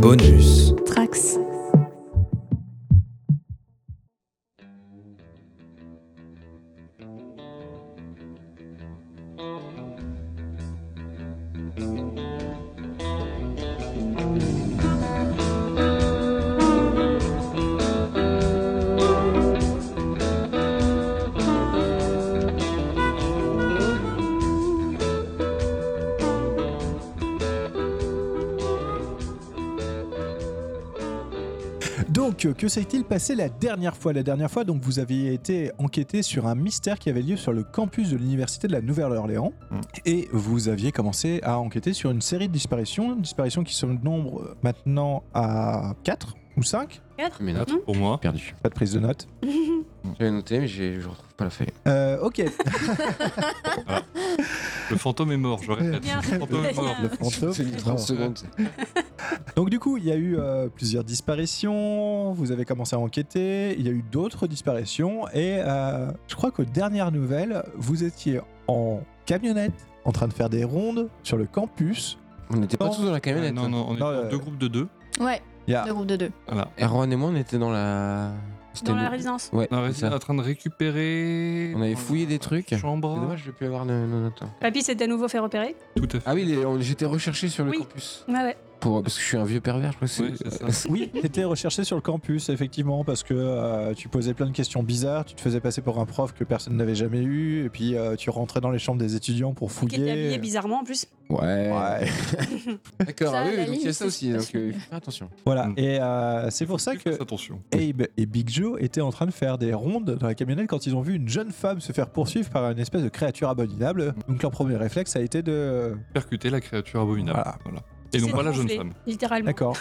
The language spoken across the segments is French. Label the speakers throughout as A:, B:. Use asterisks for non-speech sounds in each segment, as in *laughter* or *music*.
A: Bonus.
B: Trax.
C: Donc, euh, que s'est-il passé la dernière fois La dernière fois, donc, vous aviez été enquêté sur un mystère qui avait lieu sur le campus de l'université de la Nouvelle-Orléans,
D: Mm.
C: et vous aviez commencé à enquêter sur une série de disparitions, disparitions qui sont nombre euh, maintenant à 4 ou 5
D: Mais non,
A: Pour moi,
D: perdu.
C: Pas de prise de notes.
D: Mm. J'avais noté, mais j'ai- je retrouve pas la feuille.
C: Euh, ok.
A: le fantôme est mort, je
C: Eh
A: répète.
B: Bien.
A: Le
B: *laughs*
A: fantôme est mort.
C: Le fantôme.
D: C'est mis 30 secondes.
C: Donc du coup, il y a eu euh, plusieurs disparitions, vous avez commencé à enquêter, il y a eu d'autres disparitions, et euh, je crois qu'aux dernières nouvelles, vous étiez en camionnette, en train de faire des rondes sur le campus.
D: On n'était pas
C: Non.
D: tous dans la camionnette.
A: non, non, on est
C: Non,
A: dans
C: euh,
A: deux groupes de deux.
B: Ouais,
C: Il y a-
B: deux groupes de deux.
A: Voilà.
D: Erwan et moi, on était dans la. c'était
B: Dans la
D: nous.
B: résidence.
D: Ouais,
A: On
D: c'est
A: est
D: ça.
A: en train de récupérer.
D: On avait fouillé des trucs. C'est
A: Chambre.
D: dommage, je vais plus avoir de de notes. hein.
B: Papy s'est à nouveau fait repérer.
A: Tout à fait.
D: Ah oui, les- on- j'étais recherché sur le
B: Oui.
D: campus.
B: Ouais, ouais.
D: Pour... Parce que je suis un vieux pervers, je crois que c'est.
A: Oui, c'est ça.
C: Oui, t'étais recherché sur le campus, effectivement, parce que euh, tu posais plein de questions bizarres, tu te faisais passer pour un prof que personne n'avait jamais eu, et puis euh, tu rentrais dans les chambres des étudiants pour
B: Qui était habillé
C: fouiller.
B: bizarrement en plus.
D: Ouais.
C: Ouais. *laughs*
D: D'accord,
B: Ça,
D: ah oui,
B: la
D: donc il y a
B: limite,
D: ça aussi.
B: c'est-
D: Donc, euh, faut faire attention.
C: Voilà,
A: Mm.
C: et euh, c'est pour ça
A: Juste
C: que
A: faites Attention.
C: Abe et Big Joe étaient en train de faire des rondes dans la camionnette quand ils ont vu une jeune femme se faire poursuivre par une espèce de créature abominable. Donc leur premier réflexe a été de... euh,
A: Percuter la créature abominable.
C: Voilà.
A: Voilà. Et non
B: C'est
A: pas la jeune
B: gonflé,
A: femme.
B: Littéralement. *laughs*
C: D'accord.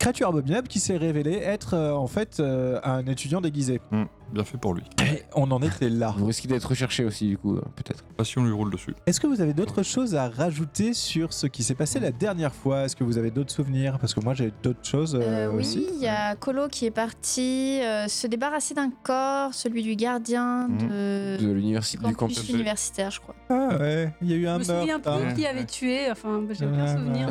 C: créature abominable qui s'est révélée être euh, en fait euh, un étudiant déguisé.
A: Hmm, Bien fait pour lui.
C: Et on en était là.
D: Vous risquez d'être recherché aussi, du coup, euh, peut-être.
A: Pas si on lui roule
C: *laughs*
A: dessus.
C: Est-ce que vous avez d'autres choses à rajouter sur ce qui s'est passé la dernière fois Est-ce que vous avez d'autres souvenirs Parce que moi j'ai d'autres choses euh,
E: Euh, oui,
C: aussi.
E: il y a Colo qui est parti euh, se débarrasser d'un corps, celui du gardien
D: Mhm.
E: de...
D: De l'université
E: campus
D: du campus.
E: universitaire, je crois.
C: Ah ouais, il y a eu
B: Je
C: un
B: me souviens
C: meurtre. hein.
A: Ah.
B: plus qui avait tué. Enfin, j'ai aucun souvenir.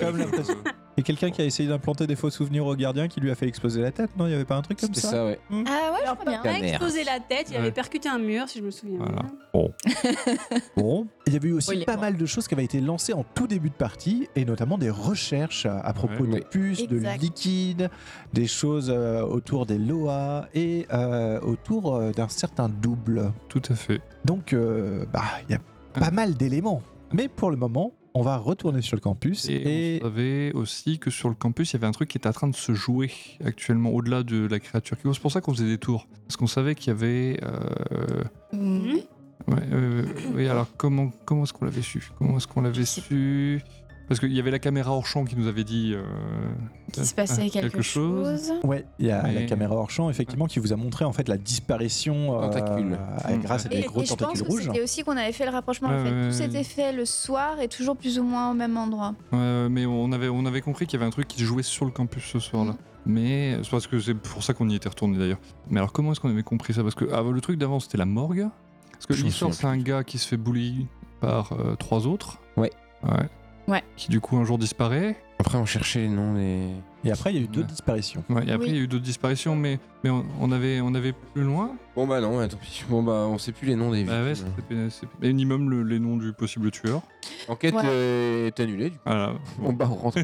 C: Comme la pression. Et quelqu'un qui a essayé d'implanter des faux souvenirs au gardien qui lui a fait exploser la tête, non Il n'y avait pas un truc comme
D: C'était
C: ça,
D: ça, ouais.
E: Ah ouais, je crois bien.
B: Il a explosé la tête, il avait
A: Ouais.
B: percuté un mur, si je me souviens
A: Voilà.
B: bien.
C: Bon, il y avait eu
E: Oui, il
C: aussi
E: est
C: pas
E: mort.
C: mal de choses qui avaient été lancées en tout début de partie, et notamment des recherches à propos
D: Ouais.
C: de puces, de
E: Exact.
C: liquides, des choses euh, autour des Loa et euh, autour euh, d'un certain double.
A: Tout à fait.
C: Donc, euh, bah, il y a pas mal d'éléments. Mais pour le moment, on va retourner sur le campus
A: Et,
C: et,
A: on savait aussi que sur le campus, il y avait un truc qui était en train de se jouer actuellement, au-delà de la créature. qui- C'est pour ça qu'on faisait des tours. Parce qu'on savait qu'il y avait. euh,
E: Mhm.
A: ouais, euh, oui, alors comment, comment est-ce qu'on l'avait su Comment est-ce qu'on l'avait su Parce qu'il y avait la caméra hors champ qui nous avait dit. euh,
E: Qu'il se passait
A: Ah,
E: quelque,
A: quelque chose.
E: chose.
C: ouais, il y a la
A: Mais-
C: caméra hors champ effectivement qui vous a montré en fait la disparition euh,
D: Tentacules.
C: euh,
A: Mm.
C: grâce à
E: Et,
C: des gros
E: et je pense
C: tentacules
E: que
C: rouges. hein.
E: c'était aussi qu'on avait fait le rapprochement.
A: Ouais,
E: en fait.
A: ouais,
E: Tout
A: ouais.
E: s'était fait le soir et toujours plus ou moins au même endroit.
A: ouais, mais on avait, on avait compris qu'il y avait un truc qui se jouait sur le campus ce soir-là.
E: Mm.
A: Mais c'est parce que c'est pour ça qu'on y était retourné d'ailleurs. Mais alors comment est-ce qu'on avait compris ça Parce que ah, le truc d'avant c'était la morgue. Parce que
D: Je me
A: l'histoire c'est
D: souviens
A: un gars qui se fait bully par euh, trois autres.
D: Ouais.
A: Ouais.
E: Ouais.
A: Qui du coup un jour disparaît.
D: Après, on cherchait les noms des.
C: Et après, il y a eu d'autres
A: Ouais.
C: disparitions.
A: Ouais, et après
E: Oui.
A: il y a eu d'autres disparitions, mais, mais on, on avait, on avait plus loin.
D: Bon, bah non, ouais, tant pis. Bon, bah, on sait plus les noms des
A: Bah ouais,
D: victimes.
A: c'était- c'est et minimum le- les noms du possible tueur.
D: Enquête
E: Voilà.
D: euh, est annulée, du coup.
A: Voilà.
D: Bon, bah, on rentre.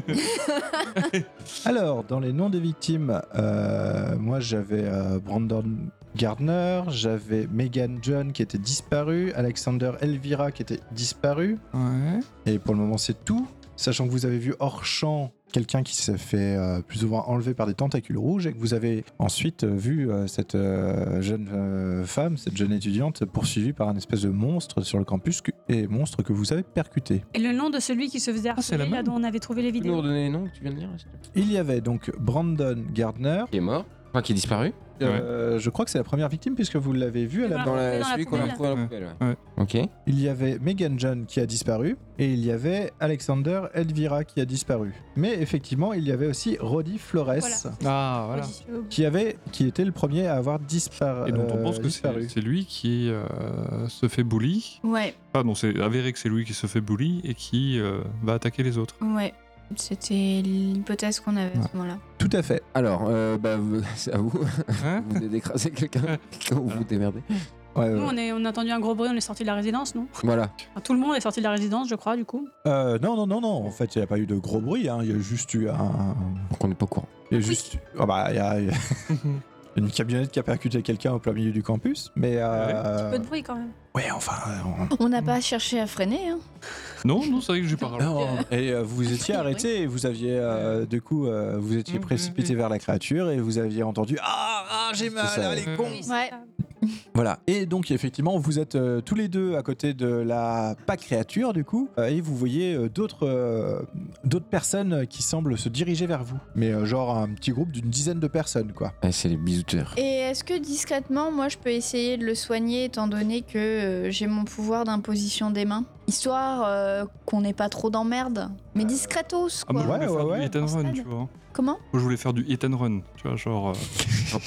C: Alors, dans les noms des victimes, euh, moi j'avais euh, Brandon Gardner, j'avais Megan John qui était disparue, Alexander Elvira qui était disparu,
A: Ouais.
C: et pour le moment c'est tout. Sachant que vous avez vu hors champ quelqu'un qui s'est fait euh, plus ou moins enlever par des tentacules rouges et que vous avez ensuite euh, vu euh, cette euh, jeune euh, femme, cette jeune étudiante poursuivie par un espèce de monstre sur le campus que- et monstre que vous avez percuté.
B: Et le nom de celui qui se faisait
A: Ah, c'est
B: harceler,
A: la
B: là,
A: même.
B: dont on avait trouvé les
D: Tu peux nous
B: vidéos.
D: redonner les noms que tu viens de lire s'il te plaît
C: Il y avait donc Brandon Gardner,
D: Qui est mort. Enfin, qui est disparu.
C: Euh, je crois que c'est la première victime puisque vous l'avez vu à la
B: Ah,
D: Dans
B: oui,
D: la,
B: dans la
D: celui qu'on a
B: poubelle.
D: retrouvé à la
A: Ouais.
D: poubelle, ouais.
A: Ouais.
D: Ok.
C: Il y avait Megan John qui a disparu et il y avait Alexander Elvira qui a disparu. Mais effectivement, il y avait aussi Roddy Flores
B: Voilà.
A: Ah voilà.
C: qui avait qui était le premier à avoir dispar-
A: Et donc on
C: euh,
A: pense que c'est
C: disparu.
A: c'est lui qui euh, se fait bully. Ah
E: Ouais,
A: Pardon, c'est avéré que c'est lui qui se fait bully et qui euh, va attaquer les autres.
E: ouais. C'était l'hypothèse qu'on avait à
A: Ouais.
E: ce moment-là.
C: Tout à fait.
D: Alors, euh, bah, vous- *laughs* c'est à vous.
A: Hein
D: vous venez d'écraser quelqu'un. *laughs* Vous vous démerdez.
C: Ouais,
B: Nous,
C: ouais.
B: on, est, on a entendu un gros bruit, on est sorti de la résidence, non
D: Voilà.
B: Enfin, Tout le monde est sorti de la résidence, je crois, du coup.
C: Euh, non, non, non, non. En fait, il n'y a pas eu de gros bruit. hein. Il y a juste eu un.
D: Donc on n'est pas au courant.
C: Il y a juste. Ah bah, il y a *laughs* il y a une camionnette qui a percuté quelqu'un au plein milieu du campus. Mais.
A: Ah
C: euh,
B: Peu de bruit quand même.
C: Ouais, enfin. euh,
E: On n'a pas cherché à freiner. Hein.
A: Non, non, c'est vrai que j'ai pas
C: on-
A: parlé.
C: Non, et euh, vous étiez arrêté et vous aviez euh, du coup euh, vous étiez
A: Mm,
C: précipité
A: mm,
C: vers la créature et vous aviez entendu ah ah j'ai mal
D: ça.
C: ah, les
A: Mm.
C: cons
A: Oui,
E: Ouais.
C: Voilà. Et donc, effectivement, vous êtes euh, tous les deux à côté de la pas créature, du coup, euh, et vous voyez euh, d'autres euh, d'autres personnes qui semblent se diriger vers vous. Mais euh, genre un petit groupe d'une dizaine de personnes, quoi.
D: Ah, c'est les bisouteurs.
E: Et est-ce que discrètement, moi, je peux essayer de le soigner étant donné que euh, j'ai mon pouvoir d'imposition des mains Histoire euh, qu'on n'ait pas trop d'emmerdes. Mais discretos,
A: Ah, moi,
E: quoi.
A: je voulais
C: Ouais,
A: faire
C: ouais,
A: du hit and
E: ouais.
A: run, tu vois. Moi,
E: Comment
A: je voulais faire du hit and run, tu vois, genre.
C: *laughs*
A: Euh,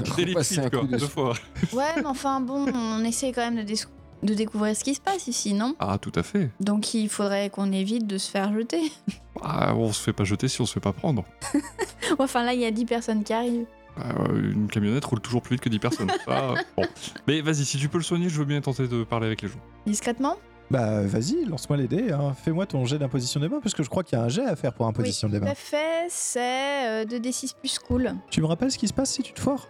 D: *laughs*
A: des
D: Repasser
A: liquides,
D: un
A: quoi,
D: coup de
A: deux fois.
E: Ouais, mais enfin, bon, on essaie quand même de, dés- de découvrir ce qui se passe ici, non
A: Ah, tout à fait.
E: Donc il faudrait qu'on évite de se faire jeter. *laughs*
A: Ah, on se fait pas jeter si on se fait pas prendre.
E: enfin, là, il y a 10 personnes qui arrivent.
A: Ah, ouais, une camionnette roule toujours plus vite que 10 personnes. *laughs* Ça, bon. Mais vas-y, si tu peux le soigner, je veux bien tenter de parler avec les gens.
E: Discrètement
C: Bah, vas-y, lance-moi les dés. hein. Fais-moi ton jet d'imposition des mains, parce que je crois qu'il y a un jet à faire pour imposition des
E: Tout
C: mains.
E: à Bah, fait, c'est euh, 2d6 plus cool.
C: Tu me rappelles ce qui se passe si tu te foires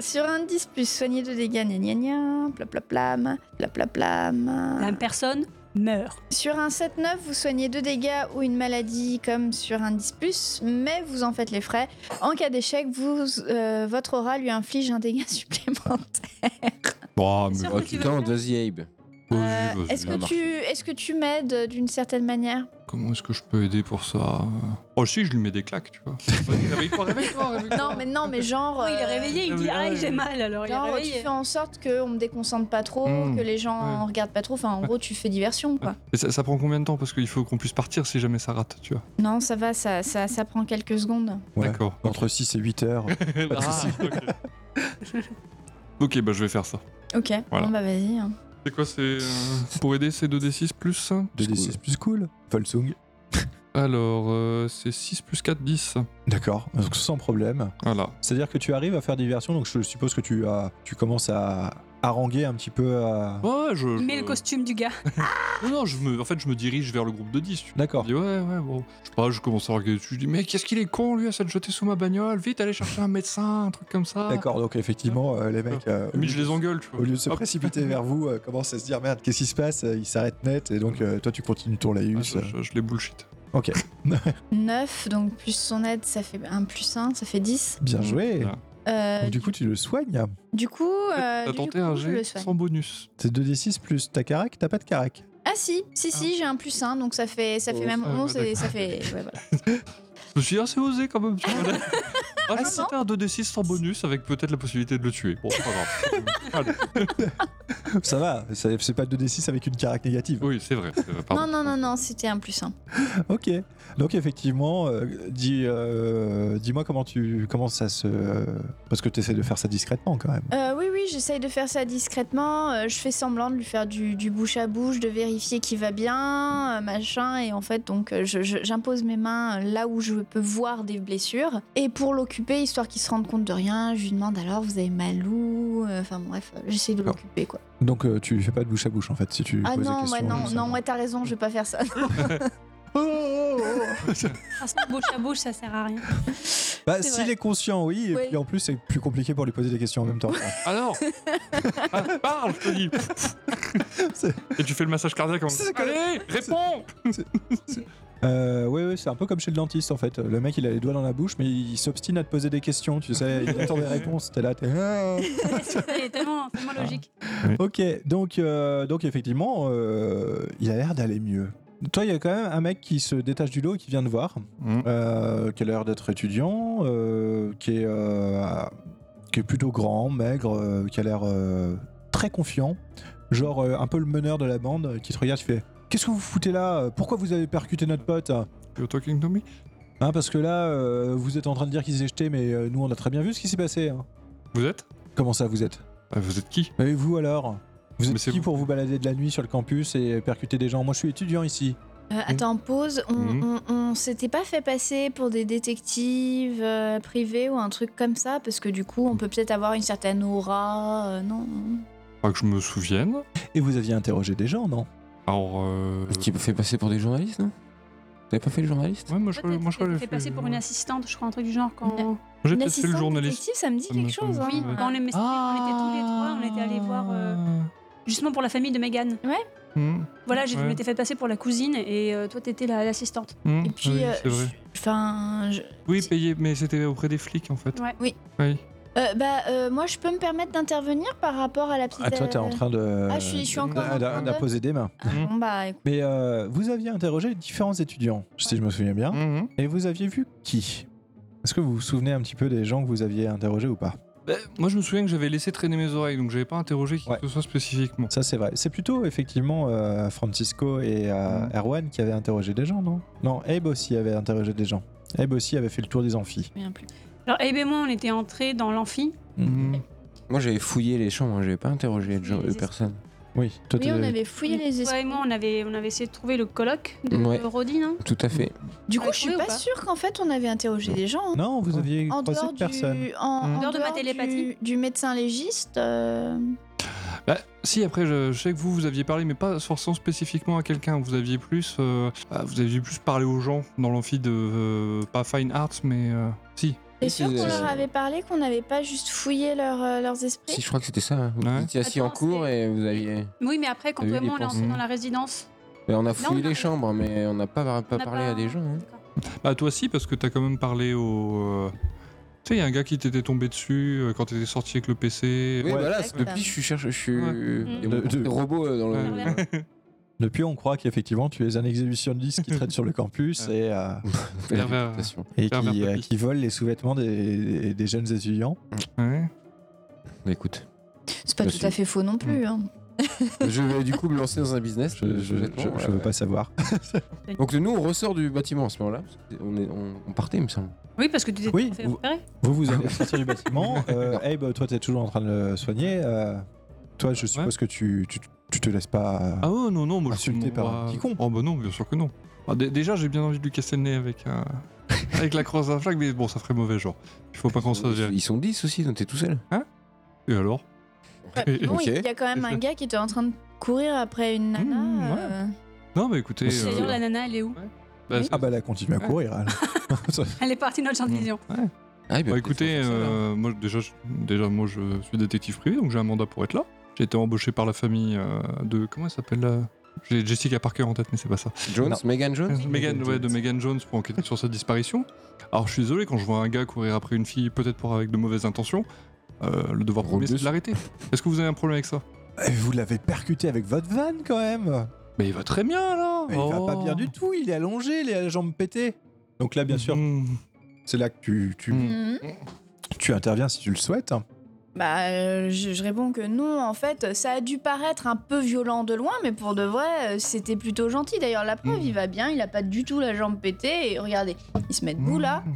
E: Sur un 10 plus soigné de dégâts, gna gna gna, pla pla plam, pla pla plam.
B: La personne meurt.
E: Sur un 7-9, vous soignez 2 dégâts ou une maladie comme sur un 10 plus, mais vous en faites les frais. En cas d'échec, vous, euh, votre aura lui inflige un dégât *laughs* supplémentaire.
A: Bon,
B: Sûr
D: Oh
B: que tu veux
D: putain,
B: faire
D: vas-y Abe.
E: Euh,
A: vas-y, vas-y.
E: Est-ce que,
D: marche.
E: tu, est que tu m'aides euh, d'une certaine manière
A: Comment est-ce que je peux aider pour ça Oh, si, je lui mets des claques, tu vois. *laughs* Vas-y, réveille-toi, réveille-toi, réveille-toi.
E: Non, mais non, mais genre.
B: Oh, il est
E: euh,
B: réveillé, il dit
A: Ah oui,
B: Aïe,
A: oui.
B: j'ai mal. Alors, il est
E: Genre, tu
B: réveillé.
E: fais en sorte qu'on me déconcentre pas trop,
A: Mm.
E: que les gens regardent pas trop. Enfin, en gros, tu fais diversion, quoi.
A: *laughs* Et ça, ça prend combien de temps Parce qu'il faut qu'on puisse partir si jamais ça rate, tu vois.
E: Non, ça va, ça, ça, ça prend quelques secondes.
C: Ouais.
A: D'accord. *laughs*
C: Entre 6 et 8 *laughs* heures.
A: Ah, ok. *laughs* ok, bah je vais faire ça.
E: Ok,
A: Voilà.
E: bon bah vas-y. hein.
A: C'est quoi, c'est. euh, pour aider, c'est 2d6 plus
C: 2d6 plus cool. Volsung.
A: Alors, euh, c'est 6 plus 4, 10.
C: D'accord, donc sans problème.
A: Voilà.
C: C'est-à-dire que tu arrives à faire diversion, donc je suppose que tu, as- tu commences à haranguer un petit peu euh, à...
A: Ouais, Ah, je.
B: Il
A: je-
B: met le costume du gars.
A: Non, non, je me, en fait, je me dirige vers le groupe de 10. Tu
C: D'accord.
A: vois. Je dis, ouais, ouais, bon. Je sais pas, je commence à regarder dessus. Je dis, mais qu'est-ce qu'il est con, lui, à s'être jeté sous ma bagnole. Vite, allez chercher un médecin, un truc comme ça.
C: D'accord, donc effectivement, euh, les mecs. euh,
A: Mais je les engueule, tu vois. Ah,
C: Au lieu de se
A: Hop.
C: précipiter vers vous, euh, commencent à se dire merde, qu'est-ce qui se passe Ils s'arrêtent net, et donc euh, toi tu continues ton
A: Ah,
C: laïus.
A: je, je- je les bullshit.
B: Euh,
E: 9, donc plus son aide, ça fait un plus 1, ça fait 10.
C: Bien joué
A: Voilà.
E: Euh,
C: Donc, Du coup, tu le soignes.
E: du coup, euh,
A: T'as
E: du
A: tenté un
E: coup, je le
A: jet
E: soigne.
A: sans bonus.
C: C'est 2d6 plus ta carac, t'as pas de
A: *laughs*
C: carac.
E: Ah si, si, si, j'ai un plus 1, donc ça fait, ça fait
A: Oh,
E: même
A: ça va,
E: 11 et
A: d'accord.
E: ça
A: *laughs*
E: fait... ouais, voilà.
A: Je me suis dit, ah, c'est osé quand même. tu *laughs* vois. ah, je vais
E: si.
A: tenter un 2d6 sans bonus avec peut-être la possibilité de le tuer. Bon, c'est pas grave. *laughs* Allez.
C: Ça va, ça- c'est pas 2d6 avec une carac négative.
A: Oui, c'est vrai. c'est vrai, pardon.
E: Non, non, non, non, c'était un plus 1.
C: Ok. Donc effectivement, euh, dis, euh, dis-moi comment tu comment ça se euh, parce que t'essaies de faire ça discrètement quand même.
E: Euh, oui, oui, j'essaye de faire ça discrètement. euh, je fais semblant de lui faire du, du bouche à bouche, de vérifier qu'il va bien, euh, machin. Et en fait, donc, euh, je- je- j'impose mes mains là où je peux voir des blessures. Et pour l'occuper, histoire qu'il se rende compte de rien, je lui demande alors, vous avez mal où Euh, Enfin bref, euh, j'essaye de
C: D'accord.
E: l'occuper, quoi.
C: Donc euh, tu fais pas de bouche à bouche en fait si tu
E: Ah
C: poses des
E: non,
C: questions.
E: ouais,
C: comme
E: non,
C: ça.
E: non, ouais, t'as raison, je vais pas faire ça.
B: *laughs* Parce que bouche à bouche, ça sert à rien.
C: Bah,
E: C'est
C: s'il
E: vrai.
C: est conscient, oui, et
E: Oui.
C: puis en plus c'est plus compliqué pour lui poser des questions en
E: *laughs*
C: même temps.
A: *laughs* Alors Ah, Parle, je te dis
C: *laughs* C'est-
A: Et tu fais le massage cardiaque en
C: C'est que-
A: Allez, réponds
C: Euh, ouais, ouais, c'est un peu comme chez le dentiste en fait. Le mec il a les doigts dans la bouche, mais il s'obstine à te poser des questions, tu sais, il
E: *laughs*
C: attend des réponses. T'es là, t'es. Ah.
B: Il est tellement, tellement logique.
C: Ok, donc, euh, donc effectivement, euh, il a l'air d'aller mieux. Toi, il y a quand même un mec qui se détache du lot et qui vient de voir,
A: Mm.
C: euh, qui a l'air d'être étudiant, euh, qui, est, euh, qui est plutôt grand, maigre, euh, qui a l'air euh, très confiant, genre euh, un peu le meneur de la bande, euh, qui te regarde, qui fait Qu'est-ce que vous foutez là Pourquoi vous avez percuté notre pote
A: You're talking to me
C: Hein, Parce que là, euh, vous êtes en train de dire qu'il s'est jeté, mais euh, nous, on a très bien vu ce qui s'est passé. hein.
A: Vous êtes
C: Comment ça, vous êtes
A: Ah, Vous êtes qui
C: et vous alors Vous
A: Mais
C: êtes
A: c'est
C: qui
A: vous.
C: pour vous balader de la nuit sur le campus et percuter des gens Moi je suis étudiant ici.
E: Euh, attends, pause. On,
A: Mhm.
E: on- on s'était pas fait passer pour des détectives euh, privés ou un truc comme ça Parce que du coup, on peut peut-être avoir une certaine aura. euh, non
A: Pas que je me souvienne.
C: Et vous aviez interrogé des gens, non
A: Alors. euh,
D: Est-ce qu'il me fait passer pour des journalistes, non Vous avez pas fait le journaliste
A: Ouais, moi je,
B: Peut-être
A: moi, je crois que
B: qu'elle
A: j'ai
B: fait passer pour une assistante, je crois, un truc du genre. Quand,
E: Une-
A: J'ai peut-être fait
E: Une
A: le
E: assistante
A: journaliste.
E: détective, ça me dit
A: Ça me
E: quelque
A: semble-
E: chose. hein.
B: oui,
A: ouais.
B: quand on, les- mais c'était- on était tous les trois, on était allés voir. euh, justement pour la famille de Megan.
A: Hmm,
B: Voilà, j'ai- je
A: Ouais.
B: m'étais fait passer pour la cousine et euh, toi, t'étais la- l'assistante.
A: hmm,
E: Et puis,
A: oui,
E: euh,
A: c'est vrai.
E: je- enfin, je-
A: Oui, payé, mais c'était auprès des flics en fait.
B: Ouais.
E: Oui.
A: Oui.
E: euh, bah, euh, moi, je peux me permettre d'intervenir par rapport à la petite.
C: Ah, toi, t'es en
E: euh,
C: train de.
E: Ah, je suis, je suis
A: euh,
E: encore. en train de-
C: D'apposer des mains.
E: Ah,
A: Hum.
E: bon, bah, écoute,
C: Mais euh, vous aviez interrogé différents étudiants, si je me souviens bien.
A: Mhm.
C: Et vous aviez vu qui Est-ce que vous vous souvenez un petit peu des gens que vous aviez interrogés ou pas
A: Bah, moi je me souviens que j'avais laissé traîner mes oreilles, donc j'avais pas interrogé qui
C: Ouais.
A: que ce soit spécifiquement.
C: Ça, c'est vrai. C'est plutôt, effectivement, euh, Francisco et euh,
A: Mm.
C: Erwan qui avaient interrogé des gens, non Non, Abe aussi avait interrogé des gens. Abe aussi avait fait le tour des amphis.
E: je me souviens plus.
B: Alors, Abe et moi, on était entrés dans l'amphi.
A: Mhm.
D: Moi j'avais fouillé les chambres, hein. j'avais pas interrogé de gens-
B: Les
D: de personne.
C: Oui, toi,
E: Oui,
C: t'es-
E: on avait fouillé les
B: Toi et
E: esprits.
B: moi, on avait, on avait essayé de trouver le colloque de
D: Ouais.
B: Rodine.
D: Tout à fait.
E: Du
B: On
E: coup,
B: avait
E: je suis
B: trouvé ou
E: pas
B: pas
E: sûre qu'en fait, on avait interrogé
D: Non.
E: des gens. hein.
C: Non, vous aviez
E: En
C: croisé
E: dehors, du,
C: personne.
E: en, en
A: En
B: dehors de ma
E: du-
B: télépathie.
E: Du, médecin légiste. euh,
A: Bah, si, après, je, je sais que vous, vous aviez parlé, mais pas forcément spécifiquement à quelqu'un. Vous aviez plus, euh, ah, vous aviez plus parlé aux gens dans l'amphi de. euh, pas Fine Arts, mais. euh, si.
E: T'es
D: Oui,
E: sûr
D: c'est-
E: qu'on
D: c'est-
E: leur avait parlé, qu'on n'avait pas juste fouillé leur, euh, leurs esprits
D: Si je crois que c'était ça. hein. Vous
A: Ouais.
D: étiez assis en
B: Attends,
D: cours et vous aviez.
B: Oui, mais après, quand
D: Ah oui,
B: toi et moi, on
D: les
B: est entrés
A: pensées.
B: dans la résidence.
D: Mais on a
B: on
D: fouillé
B: a-
D: les chambres, mais on n'a pas, pas
B: on n'a
D: parlé
B: pas-
D: à des gens. hein.
B: D'accord.
A: Bah, toi, si, parce que t'as quand même parlé au. euh, Tu sais, il y a un gars qui t'était tombé dessus euh, quand t'étais sorti avec le PC.
D: Oui,
C: Ouais.
D: voilà,
E: Exact.
D: depuis je suis cherche, je suis
A: Ouais.
D: il y a
C: De-
D: beaucoup
C: de-
D: de robots euh, dans le.
B: Ouais.
C: Depuis, on croit qu'effectivement, tu es un exhibitionniste qui traîne sur le
D: *laughs*
C: campus et, euh,
D: la
A: Pervers.
D: réputation.
C: et
A: Pervers
C: qui, euh,
A: papy.
C: qui vole les sous-vêtements des, des jeunes étudiants.
A: Ouais.
D: Bah, Écoute,
E: C'est pas
D: Bah,
E: tout
D: si.
E: à fait faux non plus. hein.
D: *laughs* je vais du coup me lancer dans un business.
C: Je, je,
D: complètement,
C: je-
D: ouais,
C: je
D: ouais.
C: veux pas savoir.
D: Donc nous, on ressort du bâtiment à ce moment-là. parce que On, est, on, on partait, il me semble.
B: Oui, parce que tu t'es
C: Oui,
B: fait
C: vous-
B: repérer.
C: Vous, vous allez sortir du
D: *laughs*
C: bâtiment. Euh, Abe, toi, t'es toujours en train de le soigner. Euh, toi, je suppose que tu, tu, tu te laisses pas. euh,
D: bah,
A: Ah, oh, non, non, moi, je
C: Insulté par un
A: moi,
C: petit con.
A: Oh, bah non, bien sûr que non. Bah, dé- déjà, j'ai bien envie de lui casser le nez avec,
C: *laughs*
A: un- avec la croix d'un flag, mais bon, ça ferait mauvais genre. Il faut pas qu'on se
D: Ils sont 10 aussi, donc t'es tout seul.
A: Et alors
E: Puis bon,
D: Ok.
E: il y a quand même un gars qui était en train de courir après une nana.
A: Mmh, ouais.
E: euh,
A: Non, mais écoutez.
D: C'est-
B: C'est-à-dire,
A: euh,
B: la nana, elle est où
A: bah, c'est-
C: Ah, bah, elle a continué à courir. alors. *laughs*
B: Elle est partie de notre champ de
A: Mm.
B: vision.
D: Ah,
A: Bah écoutez, euh, moi déjà, je- déjà moi je suis détective privé, donc j'ai un mandat pour être là. J'ai été embauché par la famille euh, de comment elle s'appelle là J'ai Jessica Parker en tête, mais c'est pas ça.
D: Jones,
C: non.
D: Megan
C: Ah,
D: Jones
A: Megan, ouais, de Megan Jones pour enquêter sur sa disparition. Alors je suis désolé quand je vois un gars courir après une fille, peut-être pour avec de mauvaises intentions. euh, le devoir
D: Roule
A: premier, c'est de
D: dessus.
A: l'arrêter. Est-ce que vous avez un problème avec ça
C: Et Eh, vous l'avez percuté avec votre vanne quand même.
A: Mais il va très bien là. Oh.
C: Mais Il
D: Oh.
C: va pas bien du tout. Il est allongé, il a la jambe pétée. Donc là, bien sûr,
D: Mm.
C: c'est là que tu, tu,
E: mmh.
C: tu interviens si tu le souhaites.
E: Bah, euh, je, je réponds que non, en fait, ça a dû paraître un peu violent de loin, mais pour de vrai, euh, c'était plutôt gentil. D'ailleurs, la preuve,
A: Mmh.
E: il va bien, il a pas du tout la jambe pétée. Et regardez, il se met debout là.
A: Mmh.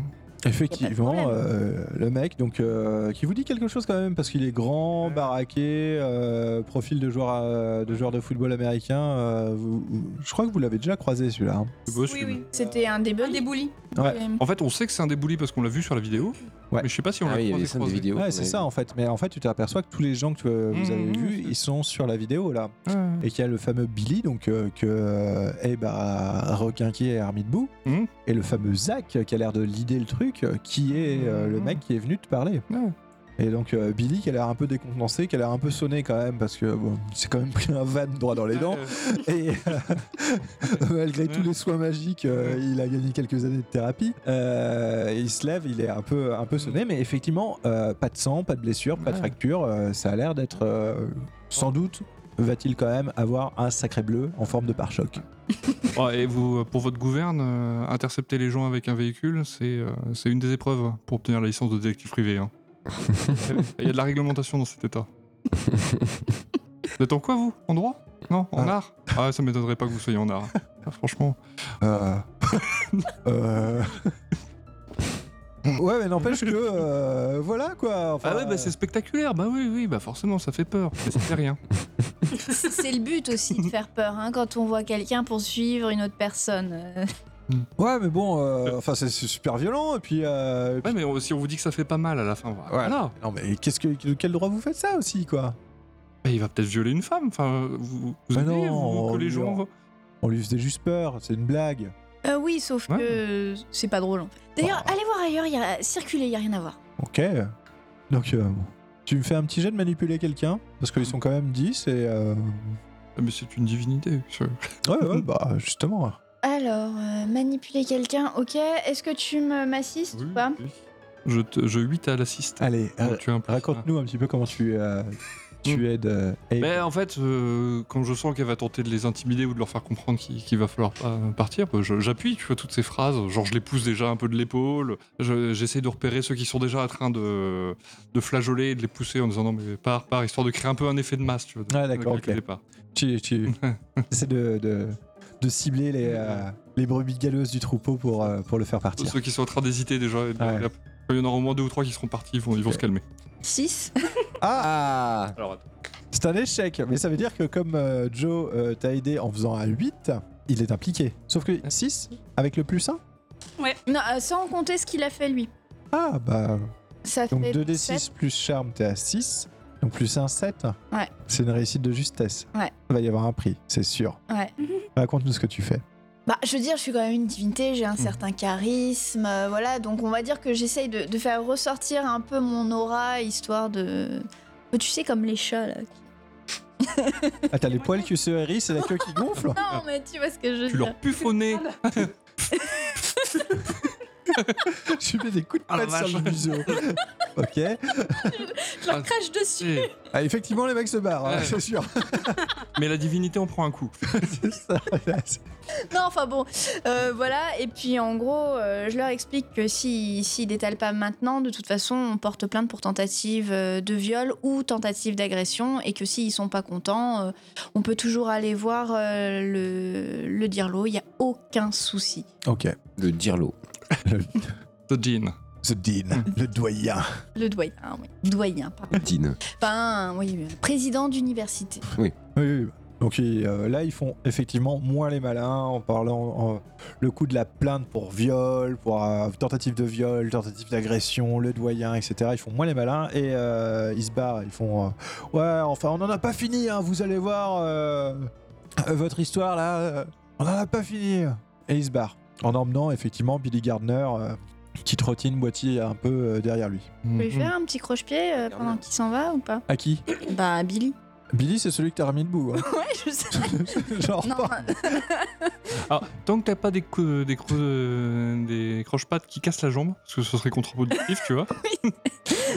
E: Y a
C: Effectivement,
E: pas de
C: euh, le mec donc euh, qui vous dit quelque chose quand même parce qu'il est grand,
A: Ouais.
C: baraqué, euh, profil de joueur euh, de joueur de football américain. euh, vous- vous- je crois que vous l'avez déjà croisé celui-là. hein.
B: Oui, oui.
E: C'était un
B: Un
E: débat.
B: des bullies.
A: En fait, on sait que c'est un débouli parce qu'on l'a vu sur la vidéo.
C: Ouais.
A: Mais je sais pas si on
D: Ah
A: l'a
D: oui, il y a
A: croisé,
D: des scènes des
A: croisé.
D: vidéos.
C: Ouais,
D: qu'on
C: c'est
D: avait
C: ça en fait. Mais en fait, tu t'aperçois que tous les gens que euh, vous avez
A: Mmh,
C: vus, ils sont sur la vidéo là.
A: Ouais.
C: Et qu'il y a le fameux Billy, donc euh, que euh, Abe a requinqué et a remis debout.
A: Mmh.
C: Et le fameux Zach euh, qui a l'air de l'idée le truc, euh, qui est euh, le
A: Mmh.
C: mec qui est venu te parler.
A: Ouais.
C: Et donc euh, Billy qui a l'air un peu décompensé, qui a l'air un peu sonné quand même, parce que bon, il s'est quand même pris un van droit dans les dents. Et euh, *laughs* malgré tous les soins magiques, euh, il a gagné quelques années de thérapie. Euh, et il se lève, il est un peu, un peu sonné, mais effectivement, euh, pas de sang, pas de blessure, pas de
A: Mm. Ouais.
C: fracture. euh, ça a l'air d'être euh, sans doute. Va-t-il quand même avoir un sacré bleu en forme de pare-choc
A: Oh, et vous, euh, pour votre gouverne, euh, intercepter les gens avec un véhicule, c'est euh, c'est une des épreuves pour obtenir la licence de détective privé. hein. Il y a de la réglementation dans cet état. vous êtes en quoi, vous En droit Non En
C: Ah.
A: art Ah, ça m'étonnerait pas que vous soyez en art. Euh. *laughs* Ah, franchement.
C: Euh, euh, Ouais, mais n'empêche que. euh, voilà quoi. enfin,
A: Ah ouais, bah c'est spectaculaire, bah oui, oui, bah forcément, ça fait peur. Mais ça fait rien.
E: C'est le but aussi de faire peur hein, quand on voit quelqu'un poursuivre une autre personne. Euh,
C: Ouais, mais bon, euh, enfin, c'est c'est super violent. Et puis. euh, et puis-
A: Ouais, mais on- si on vous dit que ça fait pas mal à la fin, bah, voilà.
C: Voilà. Non, mais qu'est-ce que, de quel droit vous faites ça aussi, quoi
A: Bah, il va peut-être violer une femme. Enfin, vous, vous
C: Bah
A: oubliez,
C: non,
A: vous, que les
C: non.
A: gens. vont-
C: On lui faisait juste peur, c'est une blague.
E: euh, oui, sauf
A: Ouais.
E: que c'est pas drôle. en fait. D'ailleurs,
C: Bah.
E: allez voir ailleurs, il y a... circuler, il y a rien à voir.
C: Ok. Donc, euh, bon. tu me fais un petit jet de manipuler quelqu'un Parce qu'ils sont quand même 10 et. euh,
A: Ah, Mais c'est une divinité. ça.
C: Ouais, *laughs* ouais, bah, justement.
E: Alors, euh, manipuler quelqu'un, ok. Est-ce que tu me- m'assistes ou pas
A: Je, te, je 8 à l'assist.
C: Allez, euh,
A: Tu as un plus un.
C: raconte-nous un petit peu comment tu, euh, tu aides. euh, Abe.
A: Mais en fait, euh, quand je sens qu'elle va tenter de les intimider ou de leur faire comprendre qu'il qu'il va falloir pas partir, bah, je- j'appuie, tu vois, toutes ces phrases. Genre, je les pousse déjà un peu de l'épaule. Je- J'essaie de repérer ceux qui sont déjà en train de, de flageoler et de les pousser en disant non, mais pars, pars, histoire de créer un peu un effet de masse, tu vois. de-
C: Ah, d'accord,
A: de calculer
C: ok.
A: pas.
C: Tu,
A: *laughs*
C: tu essaies de, de, de cibler les, euh, les brebis galeuses du troupeau pour, euh, pour le faire partir.
A: Ceux qui sont en train d'hésiter déjà. et de-
C: Ouais.
A: Il y en aura au moins deux ou trois qui seront partis, ils vont, ils vont se calmer.
E: 6
D: Ah
A: Alors, attends.
C: C'est un échec, mais ça veut dire que comme euh, Joe euh, t'a aidé en faisant un 8, il est impliqué. Sauf
A: Hein?
C: que 6, avec le plus 1
E: *laughs* Non, euh, sans compter ce qu'il a fait lui.
C: Ah bah.
E: Ça
C: Donc
E: fait
C: 2d6
E: sept.
C: plus charme, t'es à 6. Donc plus 1, 7.
E: Ouais.
C: C'est une réussite de justesse.
E: Ouais.
C: Il va y avoir un prix, c'est sûr.
E: Ouais.
C: Raconte-nous ce que tu fais.
E: Bah, je veux dire, je suis quand même une divinité,
A: Hmm.
E: j'ai un certain charisme, euh, voilà, donc on va dire que j'essaye de, de faire ressortir un peu mon aura, histoire de... Mais tu sais, comme les chats, là.
C: Ah, t'as les poils qui se hérissent et la queue qui gonfle
E: Non, mais tu vois ce que je veux
A: Ah. tu
E: dire.
A: leur puffes au
B: Ah
A: nez.
C: *laughs* Tu mets des coups de
A: Ah, la
C: patte sur le
A: vache.
C: museau. *laughs* ok.
E: Je leur crache dessus.
A: *laughs* Eh,
C: Ah, effectivement, les mecs se barrent, hein,
A: Ouais.
C: c'est sûr. *laughs*
A: Mais la divinité en prend un coup.
C: C'est ça.
E: Non, enfin bon, euh, voilà, et puis en gros, euh, je leur explique que s'ils si, s'ils détalent pas maintenant, de toute façon, on porte plainte pour tentative euh, de viol ou tentative d'agression, et que s'ils sont pas contents, euh, on peut toujours aller voir euh, le, le dirlo, il y a aucun souci.
C: Ok.
D: Le dirlo.
A: The Jean.
C: The Dean, le doyen.
E: Le doyen, oui. Doyen, pardon.
D: *laughs* Dine.
E: Enfin, oui, euh, président d'université.
C: Oui, oui, oui. Donc ils, euh, là, ils font effectivement moins les malins en parlant euh, le coup de la plainte pour viol, pour euh, tentative de viol, tentative d'agression, le doyen, etc. Ils font moins les malins et euh, ils se barrent. Ils font euh, ouais, enfin, on n'en a pas fini. hein, vous allez voir euh, euh, votre histoire là, euh, on n'en a pas fini. Et ils se barrent en emmenant effectivement Billy Gardner euh, qui trottine Boitier un peu euh, derrière lui.
D: Mm,
E: Tu peux lui
A: Mhm.
E: faire un petit croche-pied euh, pendant qu'il s'en va ou pas
C: À qui
E: Bah, Billy.
C: Billy, c'est celui que t'as remis debout. hein.
E: Ouais, je sais.
C: Genre
E: Non,
C: pas-
A: Alors, Ah, tant que t'as pas des, cou- des, creux- euh, des croche-pattes qui cassent la jambe, parce que ce serait contre-productif, tu vois.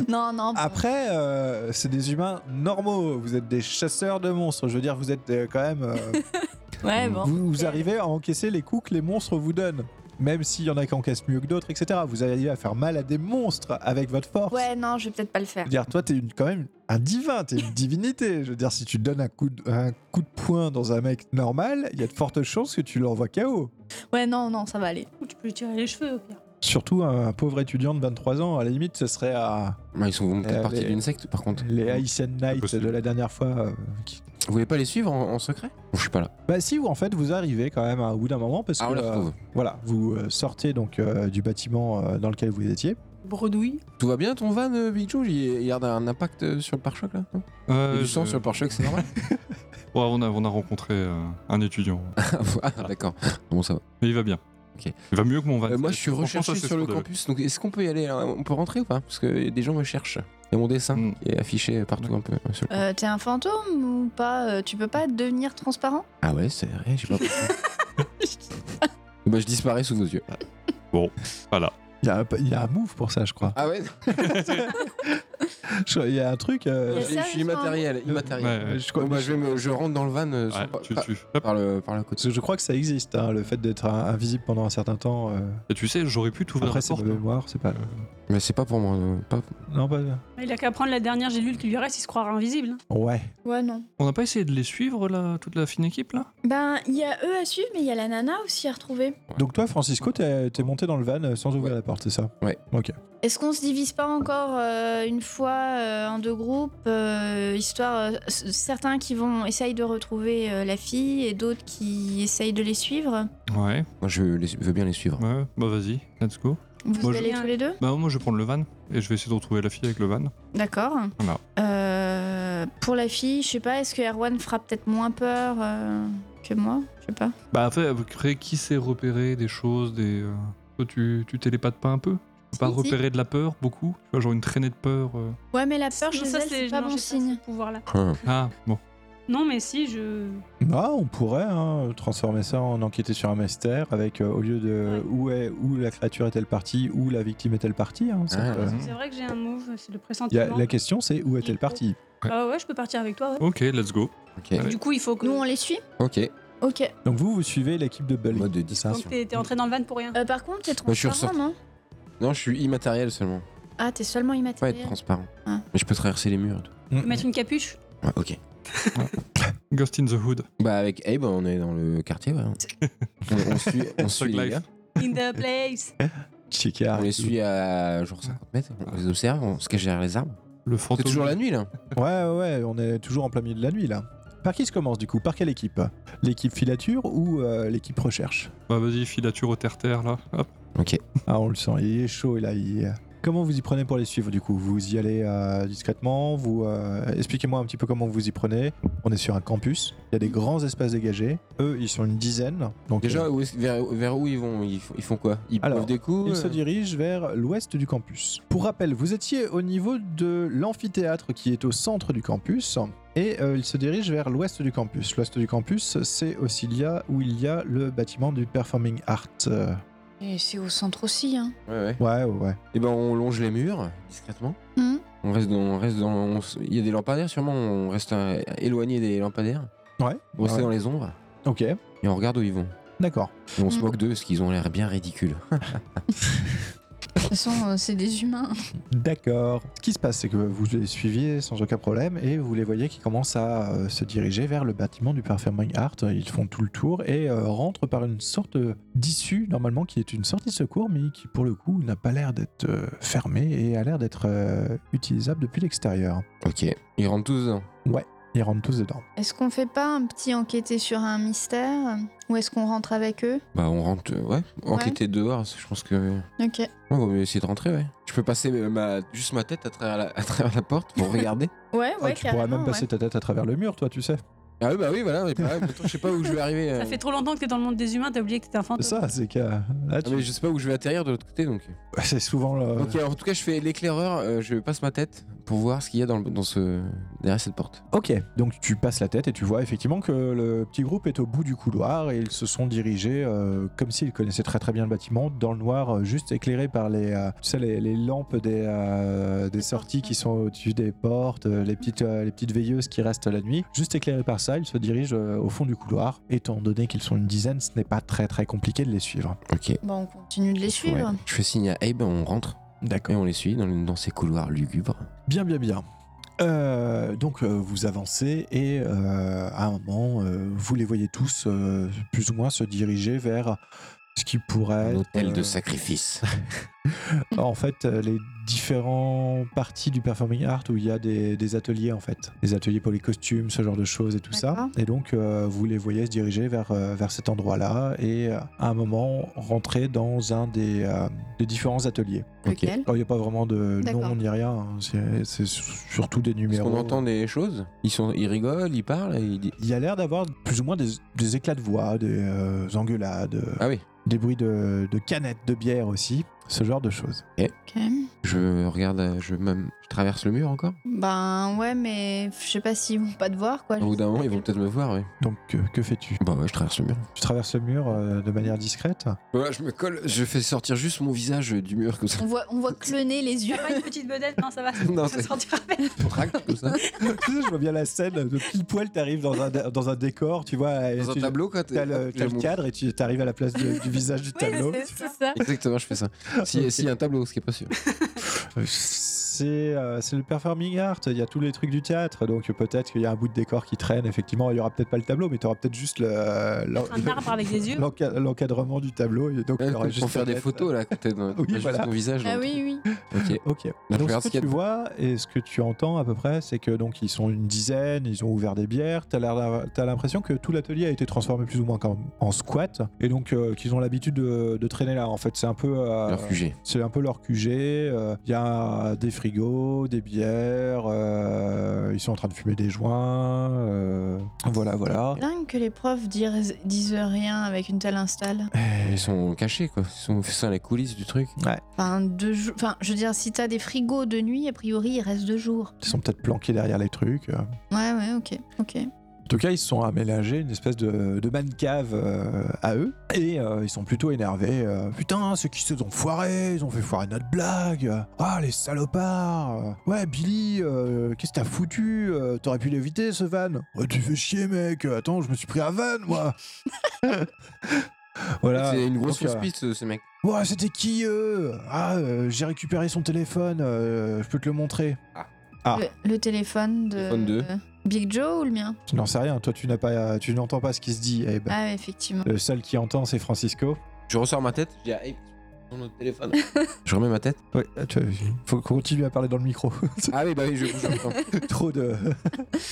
E: non, non. bah,
C: Après, euh, c'est des humains normaux. Vous êtes des chasseurs de monstres. Je veux dire, vous êtes euh, quand même. euh,
E: Ouais, *laughs* bon.
C: vous, vous arrivez à encaisser les coups que les monstres vous donnent. Même s'il y en a qui encaissent mieux que d'autres, etc. Vous arrivez à faire mal à des monstres avec votre force.
E: Ouais, non, je vais peut-être pas le
C: Je
E: faire.
C: veux dire, toi, t'es une, quand même un divin, t'es une divinité. Je veux dire, si tu donnes un coup, de, un coup de poing dans un mec normal, il y a de fortes chances que tu l'envoies KO.
E: Ouais, non, non, ça va aller.
B: Ou bah. tu peux lui tirer les cheveux au pire.
C: Surtout un, pauvre étudiant de 23 ans, à la limite, ce serait à
D: Ils sont
C: Euh,
D: peut-être partis
C: les-
D: d'une secte par contre.
C: les Haitian Knights
A: possible.
C: de la dernière fois euh, qui-
D: Vous voulez pas les suivre en, en secret Je suis pas là.
C: Bah si, vous en fait, vous arrivez quand même à- au bout d'un moment parce
D: Ah,
C: que
D: on les
C: euh,
D: retrouve.
C: voilà, vous euh, sortez donc euh, du bâtiment euh, dans lequel vous étiez.
B: Bredouille.
D: Tout va bien ton van, euh, Big Joe Il il y a un impact euh, sur le pare-choc là non Il y a
A: Euh,
D: Du sang
A: je-
D: sur le pare-choc, c'est normal
A: Ouais, on, a, on a rencontré euh, un étudiant.
D: *laughs* Ah, d'accord. Bon, ça va.
A: Mais il va bien.
D: Ok.
A: Il va mieux que mon van.
D: Euh, moi, je suis
A: Franchement, ça,
D: recherché
A: c'est
D: sur le
A: scandaleux.
D: campus. Donc, est-ce qu'on peut y aller là On peut rentrer ou pas Parce que des gens me cherchent. Et mon dessin
A: Mm.
D: qui est affiché partout un peu. euh, sur le
E: Euh, T'es un fantôme ou pas Euh, Tu peux pas devenir transparent
D: Ah ouais, c'est vrai, j'ai pas pensé.
E: *laughs*
D: bah, je disparais sous vos yeux.
A: Voilà.
D: *laughs*
C: Il y, a un, il y a un move pour ça, je crois.
D: Ah ouais
C: Je- Il y a un truc. euh,
E: Il y a
D: Je suis immatériel, immatériel.
A: Ouais, ouais.
C: je crois-
D: Bon, bah, je, vais me- je rentre dans le van euh, sans-
A: Ouais,
D: par,
A: tu,
D: par-
A: tu- hop.
D: par le, par le côté.
C: Parce que je crois que ça existe, hein, le fait d'être euh, invisible pendant un certain temps. euh,
A: Et tu sais, j'aurais pu t'ouvrir
C: Après,
A: la
C: c'est
A: porte. Euh.
C: de mémoire, c'est pas.
D: Mais c'est pas pour moi. euh, pas-
C: Non, pas.
B: Il a qu'à prendre la dernière gélule qui lui reste, il se croira invisible. hein.
C: Ouais.
E: Ouais, non.
A: On n'a pas essayé de les suivre, là, toute la fine équipe, là
E: Ben, il y a eux à suivre, mais il y a la nana aussi à retrouver.
C: Donc toi, Francisco, t'es t'es monté dans le van euh, sans ouvrir
D: Ouais.
C: la porte, c'est ça
D: Ouais.
C: Ok.
E: Est-ce qu'on se divise pas encore euh, une fois euh, en deux groupes, euh, histoire euh, c- certains qui vont essayer de retrouver euh, la fille et d'autres qui essayent de les suivre
A: Ouais,
D: Moi, je les- veux bien les suivre.
A: ouais. Bah, vas-y, let's go.
E: Vous
A: Moi,
E: y
A: je-
E: allez tous les deux
A: Bah, moi, je vais prendre le van et je vais essayer de retrouver la fille avec le van.
E: D'accord.
A: Voilà.
E: Euh, pour la fille, je sais pas, est-ce que Erwan fera peut-être moins peur euh, que moi Je sais pas.
A: Bah, après, après, qui sait repérer des choses, des. euh, Toi, tu, tu télépates pas un peu Tu peux pas
E: Si, si.
A: repérer de la peur, beaucoup Tu vois, genre une traînée de peur. euh.
E: Ouais, mais la peur
B: Non,
E: chez
B: ça,
E: elle, c'est pas
B: non,
E: bon
B: j'ai
E: signe.
B: ce pouvoir-là.
D: Hein.
A: Ah, bon.
B: Non, mais si, je.
C: Ah, on pourrait hein, transformer ça en enquêter sur un mystère avec euh, au lieu de où est où la créature est-elle partie, où la victime est-elle partie. hein, ça
D: Ah,
C: peut-
A: Mhm.
B: C'est vrai que j'ai un move, c'est le
C: Il y a-
B: pressentiment.
C: la question, c'est où est-elle partie
B: Ah ouais, je peux partir avec toi, ouais.
A: Ok, let's go.
D: Ah, Ok.
A: Ouais.
B: Du coup, il faut que.
E: Nous, on les suit
D: Ok.
E: Ok.
C: Donc vous, vous suivez l'équipe de Bully.
D: Mode de
C: c'est ça
B: Donc, t'es t'es entré dans le van pour rien.
E: Euh, par contre, t'es
D: Moi, je suis
E: transparent, non
D: Non, je suis immatériel seulement.
E: Ah, t'es seulement
D: Faut pas être
E: immatériel.
D: transparent.
E: Ah.
D: Mais je peux traverser les murs et tout.
B: Faut Mettre une capuche.
D: Ouais, ok.
A: Ghost in the Hood.
D: Bah, avec Abe, on est dans le quartier, ouais. on, on suit, on suit
A: Thug
D: les
A: life.
D: gars.
B: In the place.
D: *laughs*
C: Chicard.
D: On les suit à genre 50 mètres. On les observe, on se cache derrière les arbres.
A: Le
D: C'est
A: fantôme.
D: toujours la nuit, là.
C: Ouais, ouais, ouais, on est toujours en plein milieu de la nuit là. Par qui se commence du coup Par quelle équipe L'équipe filature ou euh, l'équipe recherche
A: Bah, vas-y, filature au terre-terre, là. Hop.
D: Ok.
C: Ah, on le sent, il est chaud là. il- Comment vous y prenez pour les suivre du coup Vous y allez euh, discrètement Vous euh, expliquez-moi un petit peu comment vous y prenez. On est sur un campus, il y a des grands espaces dégagés. Eux, ils sont une dizaine. Donc
D: Déjà,
C: euh,
D: où est-ce- vers, vers où ils vont ils, font- ils font quoi Ils
C: Alors,
D: boivent des coups
C: ils se
D: euh,
C: dirigent vers l'ouest du campus. Pour rappel, vous étiez au niveau de l'amphithéâtre qui est au centre du campus. Et euh, ils se dirigent vers l'ouest du campus. L'ouest du campus, c'est aussi là où il y a le bâtiment du Performing Art. Euh,
E: Et c'est au centre aussi, hein.
D: Ouais, ouais.
C: ouais, ouais, ouais.
D: Et ben, on longe les murs, discrètement.
E: Hmm.
D: On reste dans. on reste dans on s- il y a des lampadaires, sûrement. On reste euh, éloigné des lampadaires.
C: Ouais.
D: On reste
C: ouais.
D: dans les ombres.
C: Ok,
D: Et on regarde où ils vont.
C: d'accord.
D: Et on se
E: Mm.
D: moque d'eux parce qu'ils ont l'air bien ridicules.
E: De toute façon, euh, c'est des humains.
C: D'accord. Ce qui se passe, c'est que vous les suiviez sans aucun problème et vous les voyez qui commencent à euh, se diriger vers le bâtiment du Performing Art. Ils font tout le tour et euh, rentrent par une sorte d'issue, normalement, qui est une sortie de secours, mais qui, pour le coup, n'a pas l'air d'être euh, fermée et a l'air d'être euh, utilisable depuis l'extérieur.
D: ok. Ils rentrent tous dedans.
C: Ils rentrent tous dedans.
E: Est-ce qu'on fait pas un petit enquêter sur un mystère Ou est-ce qu'on rentre avec eux
D: Bah, on rentre. euh, Ouais. Enquêter dehors, je pense que.
E: Ok.
D: On vaut mieux essayer de rentrer, ouais. Je peux passer euh, ma, juste ma tête à travers la, *laughs* à travers la porte pour regarder.
E: Ouais, ouais,
C: Ah, tu pourras
E: carrément,
C: même passer
E: ouais.
C: ta tête à travers le mur, toi, tu sais.
D: ah oui, bah oui, voilà. Mais pareil, pourtant, je sais pas où je vais arriver. euh.
B: Ça fait trop longtemps que t'es dans le monde des humains, t'as oublié que t'étais un
E: Ah,
C: C'est
B: fantôme.
E: bah.
C: ça, c'est que euh, là,
D: Ah,
C: tu-
D: mais je sais pas où je vais atterrir de l'autre côté donc.
C: *laughs* c'est souvent le-
D: Ok, alors en tout cas, je fais l'éclaireur, euh, je passe ma tête pour voir ce qu'il y a dans, le- dans ce, derrière cette porte.
C: Ok, donc tu passes la tête et tu vois effectivement que le petit groupe est au bout du couloir et ils se sont dirigés euh, comme s'ils connaissaient très très bien le bâtiment, dans le noir, euh, juste éclairé par les, euh, tu sais, les, les lampes des, euh, des sorties qui sont au-dessus des portes, euh, les petites, euh, les petites veilleuses qui restent la nuit. Juste éclairé par ça, ils se dirigent euh, au fond du couloir. Étant donné qu'ils sont une dizaine, ce n'est pas très très compliqué de les suivre.
D: Ok.
E: Bon, on continue de les suivre.
D: Ouais. Je fais signe à Abe, on rentre
C: D'accord.
D: et on les suit dans, dans ces couloirs lugubres.
C: Bien, bien, bien. Euh, donc euh, vous avancez et euh, à un moment, euh, vous les voyez tous euh, plus ou moins se diriger vers ce qui pourrait
D: Un
C: être,
D: hôtel de
C: euh,
D: *laughs* sacrifice.
C: *laughs* En fait, euh, les différents parties du performing art où il y a des, des ateliers en fait, des ateliers pour les costumes, ce genre de choses et tout ça.
E: D'accord.
C: Et donc euh, vous les voyez se diriger vers euh, vers cet endroit-là et euh, à un moment rentrer dans un des, euh, des différents ateliers.
E: Lequel
C: Alors il n'y a pas vraiment de nom
E: D'accord.
C: ni rien, hein. c'est c'est surtout des
D: Parce
C: numéros.
D: qu'on entend des choses. Ils, sont, ils rigolent, ils parlent. et Ils... disent-
C: Il y a l'air d'avoir plus ou moins des, des éclats de voix, des euh, engueulades, euh,
D: Ah oui.
C: des bruits de, de canettes de bière aussi. ce genre de choses.
E: Ok.
D: Je regarde, euh, je, même, je traverse le mur encore.
E: Ben ouais, mais je sais pas s'ils vont pas te voir quoi.
D: Au bout d'un moment, ils vont peut-être me voir, oui.
C: Donc, euh, que fais-tu
D: Bah ouais, je traverse le mur.
C: Tu traverses le mur euh, de
B: *laughs*
C: manière discrète
D: Voilà, je me colle, je fais sortir juste mon visage du mur comme ça.
E: On voit, on voit cloner
B: *laughs*
E: les yeux.
B: Pas une petite vedette, non, ça va.
D: *laughs* Non,
B: ça
D: c'est-
B: sortira à peine.
D: Trac, comme ça.
C: Tu sais, je vois bien la scène de pile poil, t'arrives dans un, dans un décor, tu vois, et
D: Dans un
C: tu-
D: tableau, quoi.
C: t'as le,
D: hop,
C: t'as
D: j'ai
C: le
D: mon-
C: cadre et tu arrives à la place de- du visage
B: *laughs*
C: du tableau.
E: C'est ça.
D: Exactement, je fais ça. Si, si, un tableau, ce qui est pas sûr.
C: *laughs* C'est euh, c'est le performing art, il y a tous les trucs du théâtre, donc peut-être qu'il y a un bout de décor qui traîne, effectivement, il y aura peut-être pas le tableau, mais tu auras peut-être juste le- l'en-
D: *laughs*
B: Un arbre avec des yeux.
C: l'enca- l'encadrement du tableau. Et donc, il y aura
D: Pour
C: juste
D: faire
C: la
D: des
C: tête.
D: photos, là, quand t'es dans
C: Oui,
D: juste
C: voilà.
D: ton visage.
E: Ah
D: dans le
E: oui, oui.
D: truc. Ok.
C: euh, Ok.
D: je
C: donc
D: regarde
C: ce
D: ce qu'il
C: que
D: y a
C: tu vois et ce que tu entends à peu près, c'est que donc ils sont une dizaine, ils ont ouvert des bières. T'as l'air- t'as l'impression que tout l'atelier a été transformé plus ou moins comme en squat et donc euh, qu'ils ont l'habitude de, de traîner là. En fait, c'est un peu euh,
D: Leur QG.
C: c'est un peu leur QG. euh, Il y a des frigos, des bières. euh, ils sont en train de fumer des joints. euh,
B: *laughs*
C: voilà, voilà.
E: Dingue que les profs disent, disent rien avec une telle install.
D: Ils sont cachés, quoi. Ils sont fait ça à la coulisse du truc.
E: Enfin, deux jours. Enfin, je veux dire, si t'as des frigos de nuit, a priori, il reste deux jours.
C: Ils sont peut-être planqués derrière les trucs. euh.
E: Ouais, ouais, ok, ok.
C: En tout cas, ils se sont aménagés une espèce de, de man cave euh, à eux. Et euh, ils sont plutôt énervés. euh, Putain, ceux qui se sont foirés, ils ont fait foirer notre blague. Ah, les salopards. Ouais, Billy, euh, qu'est-ce que t'as foutu Euh, T'aurais pu l'éviter, ce van. Oh, tu fais chier, mec. Attends, je me suis pris un van,
D: *laughs*
C: moi. voilà.
D: C'est une grosse
C: Donc, euh,
D: hospice, ce- ce mec.
C: Ouais, c'était qui, eux Ah, euh, j'ai récupéré son téléphone. euh, je peux te le montrer. Ah.
E: Le, le téléphone de.
D: Téléphone de-
E: euh, Big Joe ou le mien
C: Tu n'en sais rien. Toi, tu n'as pas, tu n'entends pas ce qui se dit. Eh ben,
E: Ah, effectivement. *laughs*
C: Le seul qui entend, c'est Francisco.
D: Je ressors ma tête. Je dis, ah, hey, prends notre téléphone. je remets
C: *laughs*
D: ma tête.
C: Oui, faut continuer à parler dans le micro. *laughs*
D: Ah oui, bah oui, je bouge encore.
C: trop *laughs* de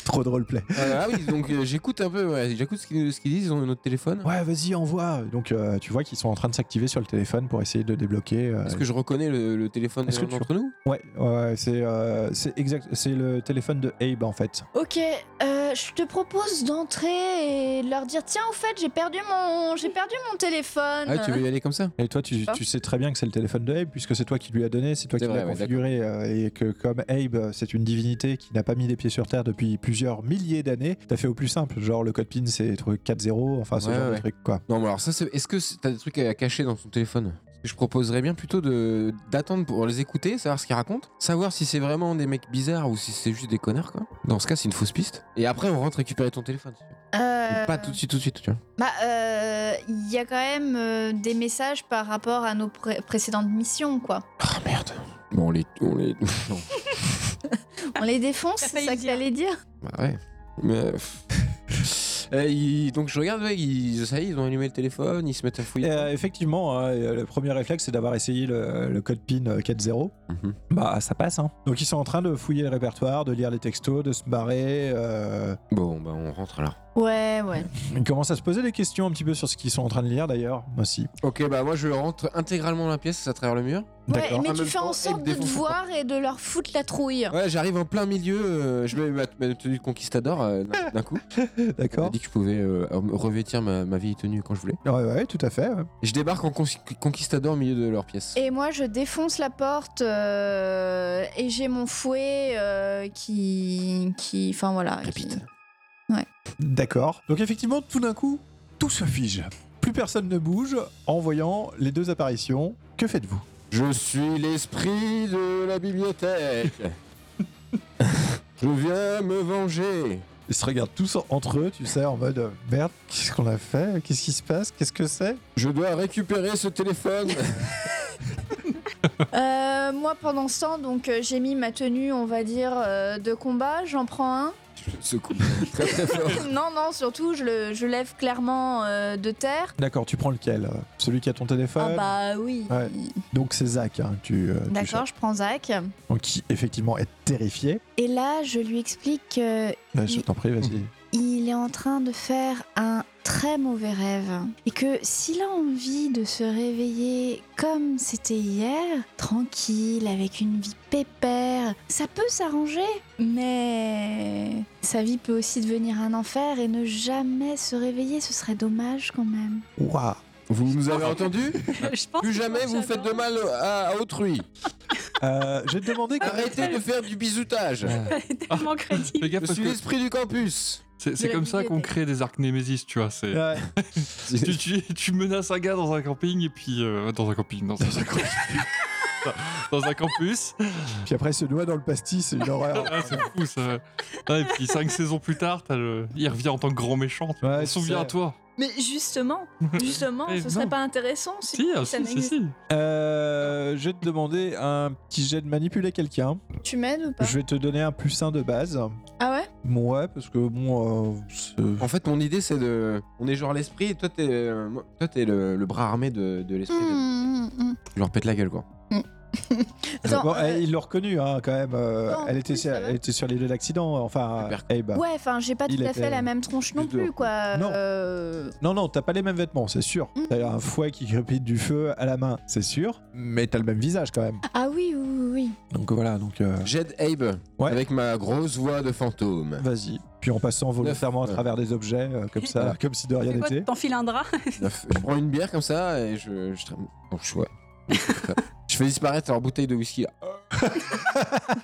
C: trop de roleplay.
D: Ah oui, donc euh, j'écoute un peu. ouais, J'écoute ce qu'ils ce qu'ils disent. Ils ont notre téléphone.
C: Ouais, vas-y, envoie. Donc euh, tu vois qu'ils sont en train de s'activer sur le téléphone pour essayer de débloquer. euh,
D: Est-ce que je reconnais le, le téléphone
C: Est-ce
D: de
C: que
D: l'un
C: tu-
D: d'entre nous
C: Ouais, ouais, c'est euh, c'est exact, c'est le téléphone de Abe en fait.
E: Ok, euh, je te propose d'entrer et de leur dire tiens, au fait, j'ai perdu mon, j'ai perdu mon téléphone.
D: Ah, tu veux y aller comme ça
C: Et toi, tu, tu sais très bien que c'est le téléphone de Abe puisque c'est toi qui lui as donné, c'est toi
D: C'est
C: qui
D: vrai,
C: l'as
D: ouais,
C: configuré euh, et que comme Abe, euh, c'est une divinité qui n'a pas mis les pieds sur terre depuis plusieurs milliers d'années, t'as fait au plus simple, genre le code PIN c'est truc 4-0, enfin ce
D: Ouais,
C: genre de
D: ouais.
C: truc quoi.
D: Non, mais alors ça, c'est- est-ce que c'est- t'as des trucs à cacher dans ton téléphone Je proposerais bien plutôt de d'attendre pour les écouter, savoir ce qu'ils racontent, savoir si c'est vraiment des mecs bizarres ou si c'est juste des connards, quoi. Dans ce cas, c'est une fausse piste. Et après, on rentre récupérer ton téléphone. si tu veux.
E: Euh,
D: Mais Pas tout de suite, tout de suite, tu vois.
E: Bah, euh, il y a quand même euh, des messages par rapport à nos pré- précédentes missions, quoi.
D: Ah merde. Bon, on les. On les... *laughs* non.
E: On les défonce,
B: T'as
E: c'est
B: failli
E: ça
B: le
E: que
B: dire.
E: t'allais dire
D: Bah ouais. Mais. *laughs* Euh, ils- Donc je regarde, ouais, ils... ça y est, ils ont allumé le téléphone, ils se mettent à fouiller.
C: Euh, effectivement, hein, et, euh, le premier réflexe, c'est d'avoir essayé le, le code PIN euh, 4.0.
D: Mhm.
C: Bah, ça passe, hein. Donc, ils sont en train de fouiller le répertoire, de lire les textos, de se barrer. euh,
D: Bon, bah on rentre alors.
E: Ouais, ouais.
C: Ils commencent à se poser des questions un petit peu sur ce qu'ils sont en train de lire, d'ailleurs, aussi.
D: Ok, bah moi je rentre intégralement dans la pièce, à travers le mur.
E: Ouais,
C: D'accord.
E: mais
D: En
E: tu
D: même
E: fais
D: temps,
E: en
D: et
E: sorte
D: de
E: de te
D: défoncer.
E: voir et de leur foutre la trouille.
D: Ouais, j'arrive en plein milieu, euh, je mets ma, ma tenue de conquistador euh, d'un d'un
A: *laughs*
D: coup. On m'a
C: D'accord.
D: dit que je pouvais euh, revêtir ma, ma vieille tenue quand je voulais.
C: Ouais, ouais, tout à fait. ouais.
D: Je débarque en con- conquistador au milieu de leur pièce.
E: Et moi, je défonce la porte euh, et j'ai mon fouet euh, qui. qui. Enfin voilà. qui-
D: Répite.
C: D'accord. Donc, effectivement, tout d'un coup, tout se fige. Plus personne ne bouge en voyant les deux apparitions. Que faites-vous
D: Je suis l'esprit de la bibliothèque.
A: *laughs*
D: je viens me venger.
C: Ils se regardent tous en- entre eux, tu sais, en mode euh, merde, qu'est-ce qu'on a fait Qu'est-ce qui se passe Qu'est-ce que c'est
D: Je dois récupérer ce téléphone. *laughs*
E: Euh, moi, pendant ce temps, donc euh, j'ai mis ma tenue, on va dire, euh, de combat. J'en prends un. *laughs*
D: je le secoue très très fort.
E: non, non, surtout, je le je lève clairement euh, de terre.
C: D'accord, tu prends lequel euh, Celui qui a ton téléphone
E: Ah bah oui.
C: Ouais. Donc c'est Zach hein, que tu, euh, tu
E: D'accord,
C: cherches.
E: je prends Zach.
C: Donc qui effectivement est terrifié.
E: Et là, je lui explique que
C: Euh, je
E: Oui.
C: t'en prie, vas-y.
E: il est en train de faire un très mauvais rêve et que s'il a envie de se réveiller comme c'était hier, tranquille, avec une vie pépère, ça peut s'arranger, mais sa vie peut aussi devenir un enfer et ne jamais se réveiller, ce serait dommage quand même.
C: Waouh
D: Vous nous avez entendu
B: *laughs* Je pense
D: Plus
B: que
D: jamais vous
B: j'adore.
D: faites de mal à, à autrui.
C: Euh, J'ai demandé. que-
D: Arrêtez de faire du bisoutage.
B: Elle est
D: Ah.
B: tellement crédible.
D: *laughs*
A: Fais gaffe
D: Je
A: parce
D: suis
A: que
D: l'esprit du campus.
A: c'est c'est
E: la Ah.
A: comme ça qu'on
E: bibliothèque.
A: crée des arcs Némésis, tu vois. c'est-
C: Ouais. *laughs*
A: Tu, tu- tu menaces un gars dans un camping et puis. euh, dans un camping, dans un, dans
E: *laughs*
A: un campus.
C: Puis après, il se noie dans le pastis, c'est une horreur.
A: Ah, c'est fou ça. Ah, et puis cinq saisons plus tard, t'as le... il revient en tant que grand méchant. tu
C: Ouais,
A: vois.
C: c'est ça.
A: Souviens-toi.
E: Mais justement, justement,
A: Eh
E: ce serait
A: non.
E: pas intéressant si,
A: Si, ah,
E: ça
A: si, si,
E: n'existe-
A: si.
C: Euh, je vais te demander un petit jet de manipuler quelqu'un.
E: Tu m'aides ou pas
C: Je vais te donner un plus 1 de base.
E: Ah ouais
C: Ouais, parce que bon. euh, c'est-
D: En fait, mon idée, c'est de. On est genre l'esprit, et toi, t'es euh, moi- toi, t'es le, le bras armé de, de l'esprit.
E: Mmh, mmh, mmh.
D: Je leur pète la gueule, quoi.
E: Attends,
C: Bon,
E: euh,
C: elle- il l'a reconnu hein, quand même. euh,
E: Non,
C: elle, était
E: oui,
C: sur,
E: ça va.
C: elle était sur les lieux d'accident. Enfin,
D: Super.
C: eh ben.
E: Ouais, enfin, j'ai pas
C: Il
E: tout à
C: était-
E: fait la même tronche non
D: Juste dehors,
E: plus, quoi.
C: Non.
E: Euh,
C: Non, non, t'as pas les mêmes vêtements, c'est sûr.
E: Mm.
C: T'as un fouet qui crépite du feu à la main, c'est sûr. Mais t'as le même visage quand même.
E: Ah oui, oui, oui, oui.
C: Donc voilà, donc euh,
D: J'aide Abe
C: Ouais.
D: avec ma grosse voix de fantôme.
E: *laughs*
C: vas-y. Puis en passant volontairement à
D: Ouais.
C: travers des objets, euh, comme ça, comme si de rien
B: C'est quoi,
C: n'était.
B: T'enfiles un drap
D: Je prends une bière comme ça et je. Je, tra- bon, je-
E: *laughs*
D: ouais. Je fais disparaître leur bouteille de whisky. Je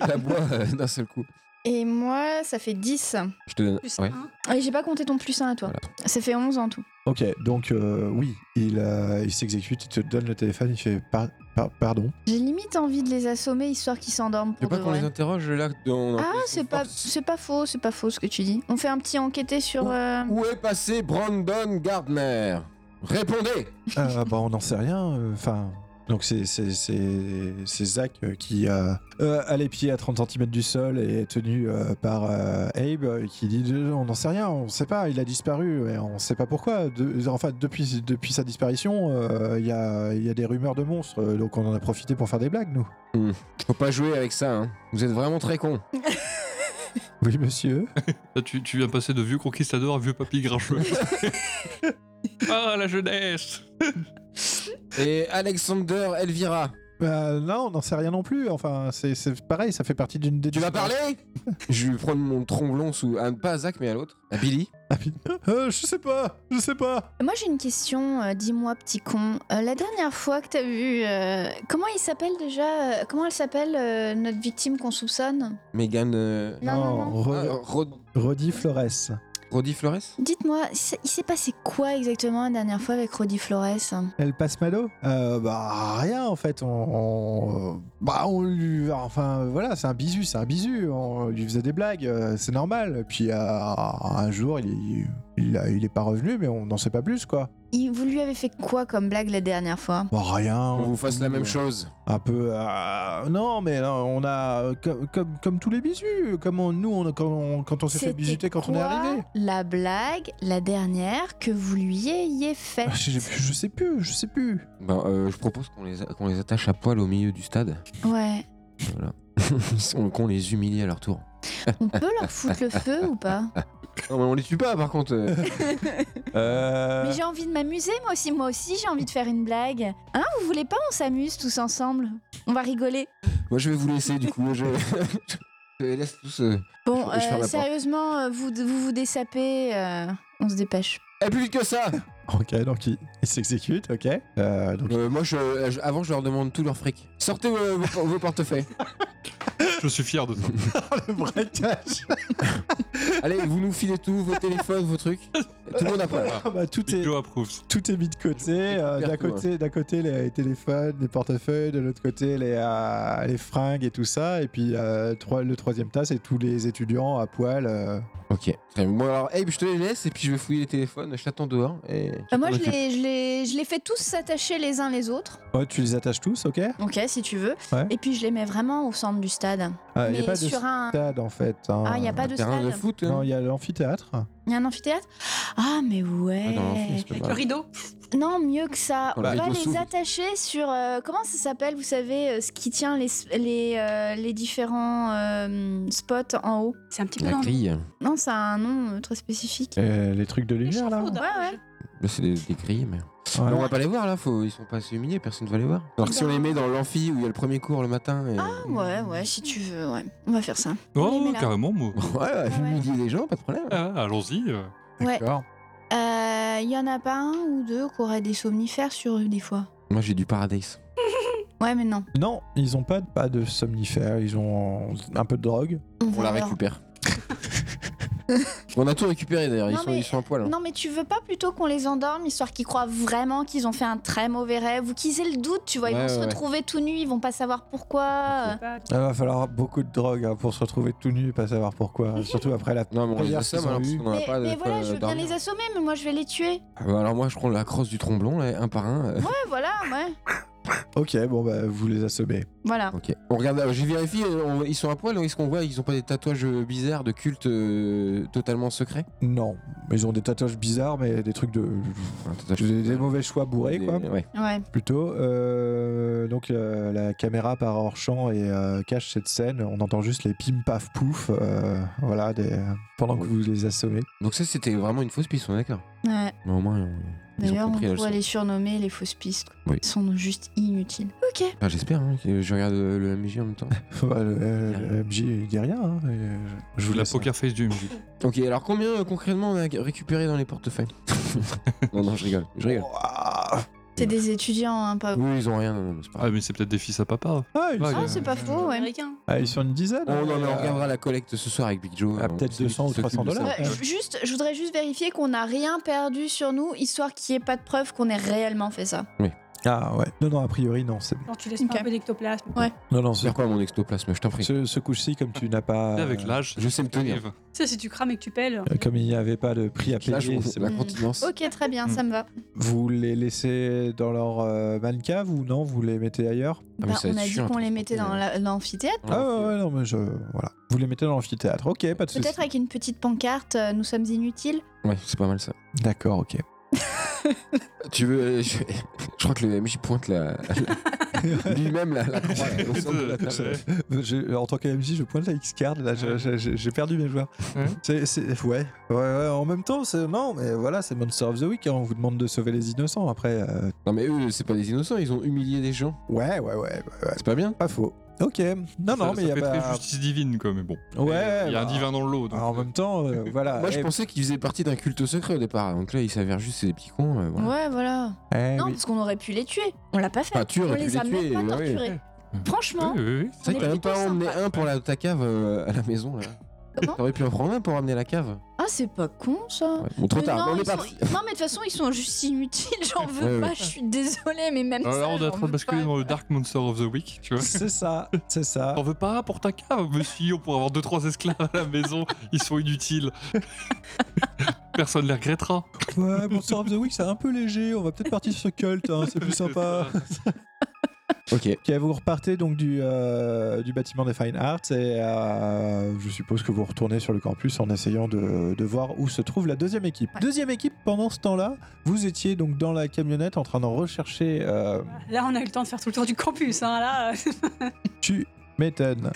D: la bois euh, d'un seul coup.
E: Et moi, ça fait 10.
D: Je te donne.
B: plus
D: Ouais.
B: un.
E: Et j'ai pas compté ton plus 1 à toi.
D: Voilà.
E: Ça fait 11 en tout.
C: Ok, donc euh, oui, il, euh, il s'exécute, il te donne le téléphone, il fait par- par- pardon.
E: J'ai limite envie de les assommer histoire qu'ils s'endorment
D: Tu veux pas
E: pour de
D: qu'on les
E: vrai.
D: interroge là dans.
E: Ah, c'est pas, c'est pas faux, c'est pas faux ce que tu dis. On fait un petit enquêté sur. euh,
D: Où est passé Brandon Gardner Répondez
C: Euh, bah, on n'en sait rien. euh, Enfin. donc c'est c'est- c'est- c'est Zach euh, qui euh, euh, a les pieds à 30 cm du sol et est tenu euh, par euh, Abe euh, qui dit euh, on n'en sait rien, on sait pas, il a disparu et on sait pas pourquoi. De- enfin depuis, depuis sa disparition, euh, il y, a, il y a des rumeurs de monstres, euh, donc on en a profité pour faire des blagues nous.
D: Faut pas jouer avec ça, hein. Vous êtes vraiment très cons.
C: Oui monsieur.
A: Là, Ah, tu, tu viens passer de vieux conquistador à vieux papy
E: *laughs*
A: grincheux. ah, la jeunesse
D: Et Alexander Elvira,
C: Bah, non, on n'en sait rien non plus. Enfin c'est- c'est pareil, ça fait partie d'une
D: tu vas parler Je lui prends mon tromblon sous. ah, pas à Zach, mais à l'autre. À Billy.
C: Euh, je sais pas, je sais pas.
E: Moi j'ai une question, euh, dis-moi petit con. Euh, la dernière fois que t'as vu, euh, comment il s'appelle déjà euh, Comment elle s'appelle euh, notre victime qu'on soupçonne
D: Megan. euh,
E: Non, non, non.
C: Re-
D: ah, Rod-
C: Roddy Flores.
D: Roddy Flores
E: Dites-moi, il s'est- il s'est passé quoi exactement la dernière fois avec Roddy Flores
C: Elle passe Malo euh, Bah rien en fait. On, on- bah on lui, enfin voilà, c'est un bisu, c'est un bisu. On lui faisait des blagues, euh, c'est normal. Puis euh, un jour, il, est- il, a- il est pas revenu, mais on n'en sait pas plus quoi.
E: Il- Vous lui avez fait quoi comme blague la dernière fois
C: Bah rien.
D: Qu'on vous fasse la même
C: Ouais.
D: chose.
C: Un peu. euh, non, mais non, on a euh, comme, comme, comme tous les bisus. Comme on- nous, on, quand on, quand on s'est fait
E: C'était
C: bisuter quand on est
E: quoi
C: arrivé.
E: La blague, la dernière que vous lui ayez faite.
C: Je, Ah, je sais plus, je sais plus.
D: Ben, euh, je propose qu'on les, a- qu'on les attache à poil au milieu du stade.
C: *laughs*
E: Ouais.
D: *laughs* Voilà. On- qu'on les humilie à leur tour.
E: On peut leur foutre le feu
C: *laughs*
E: ou pas
D: Non, Ah, mais on les tue pas, par *laughs* contre. euh.
C: Euh,
E: Mais j'ai envie de m'amuser moi aussi, moi aussi j'ai envie de faire une blague. Hein, vous voulez pas on s'amuse tous ensemble On va rigoler.
D: Moi, je vais vous laisser, du coup. Je, *laughs* je les laisse tous. euh.
E: Bon,
D: Je- je ferme
E: euh,
D: la porte.
E: sérieusement, euh, vous vous, vous dessapez, euh, on se dépêche.
D: Et Eh, plus vite que *laughs* ça
C: Ok, donc il, il s'exécute, ok. Euh, donc
D: Euh, Moi, je, je- avant, je leur demande tout leur fric. Sortez euh, vos, vos *laughs* portefeuilles.
A: Je suis fier de
C: *laughs*
A: toi.
C: le braquage.
D: Allez, vous nous filez tout, vos téléphones, vos trucs. Tout le monde après.
C: Ah bah, tout est
A: Joe approuve.
C: tout est mis de côté. euh, D'un
D: Super tout,
C: côté, d'un côté les téléphones, les portefeuilles, de l'autre côté les euh, les fringues et tout ça. Et puis euh, trois- le troisième tas, c'est tous les étudiants à poil. euh.
D: Ok. Très bien. Bon, alors, Abe, je te les laisse et puis je vais fouiller les téléphones. Je t'attends dehors. Et...
E: Euh, moi, je les, je, les, je les fais tous s'attacher les uns les autres.
C: Ouais, tu les attaches tous, ok Euh,
E: Ok, si tu veux.
C: Ouais.
E: Et puis je les mets vraiment au centre du stade.
C: Ah, Il n'y
E: Mais
C: a pas de
E: sur un.
C: stade en fait. hein.
E: Ah, il n'y a pas de
D: Terrain
E: stade.
D: de foot hein
C: Non, il y a l'amphithéâtre.
E: Il y a un amphithéâtre Ah, mais ouais.
D: Ah, non, l'amphithéâtre, c'est pas
B: Avec
D: mal.
B: le rideau.
E: non, mieux que ça.
D: Quand
E: On
D: le
E: va
D: rideau
E: les
D: s'ouvre.
E: attacher sur. euh, comment ça s'appelle, vous savez, euh, ce qui tient les, les, euh, les différents euh, spots en haut
B: C'est un petit peu
D: La
B: dans le
D: grille.
E: Non, ça a un nom euh, très spécifique.
C: Euh, les trucs de lumière là.
B: L'échafaud d'orge.
E: Ouais, ouais.
D: Là, c'est des, des grilles, mais.
C: Ouais.
D: Mais on va pas les voir là, faut... ils sont pas assez humiliés, personne ne va les voir. Alors
E: Eh
D: que si on
E: ben.
D: les met dans l'amphi où il y a le premier cours le matin. Et...
E: Ouais, ouais, si tu veux, ouais. On va faire ça. les
A: Oh,
E: met là.
A: carrément, moi.
D: *laughs* Ouais, ouais,
E: Ah, Ouais.
D: humilier les gens, pas de problème.
A: Ah, Allons-y. euh.
E: Ouais.
C: D'accord.
E: Euh, Bah, il y en a pas un ou deux qui auraient des somnifères sur eux, des fois.
D: Moi, j'ai du paradise.
E: Bah Ouais, mais non.
C: Non, ils ont pas, pas de somnifères, ils ont un peu de drogue.
D: On la
E: verra. *laughs*
D: récupère. *laughs* On a tout récupéré d'ailleurs, ils,
E: Non,
D: sont-
E: mais-
D: ils sont à poil. hein.
E: Non, mais tu veux pas plutôt qu'on les endorme, histoire qu'ils croient vraiment qu'ils ont fait un très mauvais rêve ou qu'ils aient le doute, tu vois. Ils
D: Ouais,
E: vont se
D: ouais, ouais.
E: retrouver tout nus, ils vont pas savoir pourquoi. euh,
C: Il va falloir beaucoup de drogue hein, pour se retrouver tout nu et pas savoir
E: *laughs*
C: pourquoi. Surtout après la.
D: Non, mais on les
C: Regarde
D: assomme
C: qu'ils ont
D: alors parce
C: eu.
D: qu'on en a
E: Mais,
D: pas de
E: mais
D: quoi
E: voilà, je veux bien
D: dormir.
E: les assommer, mais moi je vais les tuer.
D: Ah bah Alors moi, je prends la crosse du tromblon, là, un par un. euh.
E: Ouais, voilà, ouais.
C: Ok, bon bah vous les assommez.
E: Voilà.
D: Ok. On regarde, euh, j'ai vérifié, euh, on- ils sont à poil, hein, est-ce qu'on voit, ils ont pas des tatouages euh, bizarres de culte euh, totalement secret
C: Non, ils ont des tatouages bizarres, mais des trucs de.
D: Un tatouage-
C: Des, des mauvais choix bourrés,
D: des-
C: quoi,
D: Ouais.
E: Ouais.
C: plutôt. Euh, donc euh, la caméra part hors champ et euh, cache cette scène. On entend juste les pim paf pouf, euh, voilà, des- pendant que vous les assommez. *laughs*
D: Donc ça, c'était vraiment une fausse piste, on est d'accord.
E: ouais.
D: Mais au moins, euh, ils
E: D'ailleurs,
D: ont
E: on
D: compris la leçon.
E: pourrait les surnommer les fausses pistes. quoi.
D: Oui.
E: Ils sont juste inutiles. Ok.
D: Ah, J'espère, hein, que je regarde euh, le MJ en même temps.
C: *laughs* Ouais, Bah, le, euh, le- le MJ il dit rien. hein, et, euh, je vous
A: La
C: laisse-
A: poker face du MJ.
C: *laughs*
D: ok, alors combien euh, concrètement on a récupéré dans les portefeuilles Non, non, je rigole, je rigole.
C: Ah,
E: C'est des étudiants, hein, pas.
D: Oui, ils ont rien, non, non, mais c'est pas grave.
A: Ah, mais c'est peut-être des fils à papa.
C: ils,
A: Ouais,
C: sont,
E: Ah, c'est pas faux, ouais.
B: Américain.
C: ah, ils sont une dizaine.
D: Oh, non, mais on
C: Euh,
D: regardera la collecte ce soir avec Big Joe.
C: Ah,
D: hein,
C: peut-être
D: c'est lui
C: 200 ou
D: qui s'occupe
C: 300
D: de ça.
C: dollars.
E: Ouais, Euh, ju- juste, je voudrais juste vérifier qu'on n'a rien perdu sur nous, histoire qu'il n'y ait pas de preuve qu'on ait réellement fait ça.
C: Ah ouais. Non, non, a priori, non. c'est bon.
B: Genre, tu laisses pas
E: Ok.
B: un peu d'ectoplasme.
E: Ouais.
C: Non, non, ce,
D: C'est quoi mon ectoplasme Je t'en prie.
C: ce, ce coup-ci, comme tu n'as pas.
A: Et Avec l'âge,
D: Je sais me tenir.
A: arrive.
B: Ça, si tu crames et que tu pèles.
C: euh, Comme il n'y avait pas de prix à
D: Là, je
C: payer,
D: pense que
C: c'est
D: c'est la
E: Mm.
D: continence.
E: Ok, très bien,
D: Mm.
A: Hmm.
E: ça me va.
D: Ah,
C: Vous les laissez dans leur euh, man cave ou non Vous les mettez ailleurs
D: Ah, mais
E: Bah,
D: ça va
E: on
D: être
E: a dit
D: chiant,
E: qu'on les
D: transporter,
E: mettait dans
D: euh.
E: la- l'amphithéâtre.
C: Ah ouais, ouais, non, mais je. Voilà. Vous les mettez dans l'amphithéâtre. Ok, pas de soucis.
E: Peut-être avec une petite pancarte, euh, nous sommes inutiles.
D: Ouais, c'est pas mal ça.
C: D'accord, ok.
D: Tu veux. euh, Je, je crois que le MJ pointe la.
A: *laughs*
D: la- Lui-même la, la croix.
C: *laughs*
D: là, au centre de la table.
C: Je- en tant qu'AMJ, je pointe la X-Card. Là, je-
A: Ouais.
C: je- je- j'ai perdu mes joueurs.
A: Ouais.
C: C'est, c'est- ouais. ouais, ouais, En même temps, c'est, non, mais voilà, c'est Monster of the Week. hein, On vous demande de sauver les innocents. Après, euh,
D: Non, mais eux, c'est pas des innocents, ils ont humilié des gens.
C: ouais, ouais, ouais, ouais, ouais.
D: C'est pas bien
C: Pas faux. Ok. Non, non,
A: ça,
C: mais
A: ça
C: il y a
A: fait
C: pas.
A: très justice divine, quoi, mais bon.
C: Ouais.
A: Il y a un
C: bah,
A: divin dans l'eau. donc.
C: En même temps, euh,
A: Ah,
C: voilà.
D: Moi, je
C: Eh,
D: pensais qu'ils faisaient partie d'un culte secret au départ. Donc là, ils s'avèrent juste des petits cons. euh, voilà.
E: Ouais, voilà.
C: eh
E: non,
C: oui.
E: parce qu'on aurait pu les tuer. On l'a pas fait.
D: Enfin, tu
E: on
D: aurais pu
E: les a
D: les
E: même
D: Ah tuer.
E: pas
D: ouais, ouais.
E: torturés. Franchement,
A: euh, Oui, oui, oui.
D: C'est vrai que
E: On
D: t'as
E: est
D: même pas
E: plutôt
D: emmené
E: sympa.
D: un pour la, ta cave euh, à la maison là.
E: Comment
D: T'aurais pu en prendre un pour ramener la cave.
E: ah, c'est pas con ça.
D: Ouais. Bon, trop
E: Mais
D: tard,
E: non,
D: on est
E: ils sont-
D: parti.
E: non, mais de toute façon, ils sont juste inutiles. J'en veux
D: Ouais,
E: pas,
D: ouais.
E: je suis désolée, mais même
A: Alors
E: ça.
A: là, on est
E: j'en
A: en train de
E: veux
A: basculer
E: pas.
A: dans le Dark Monster of the Week, tu vois.
C: C'est ça, c'est
A: *laughs*
C: ça.
A: T'en veux pas pour ta cave, monsieur, pour avoir 2-3 esclaves à la maison, ils sont inutiles. *laughs* Personne les regrettera.
C: Ouais, Monster of the Week, c'est un peu léger. On va peut-être partir sur Cult, hein,
A: *laughs*
C: c'est plus sympa.
D: Ok.
C: Ok, vous repartez donc du, euh, du bâtiment des Fine Arts et euh, je suppose que vous retournez sur le campus en essayant de, de voir où se trouve la deuxième équipe.
B: Ouais.
C: Deuxième équipe, pendant ce temps-là, vous étiez donc dans la camionnette en train de rechercher. euh,
B: Là, on a eu le temps de faire tout le tour du campus. Hein, là,
C: tu m'étonnes.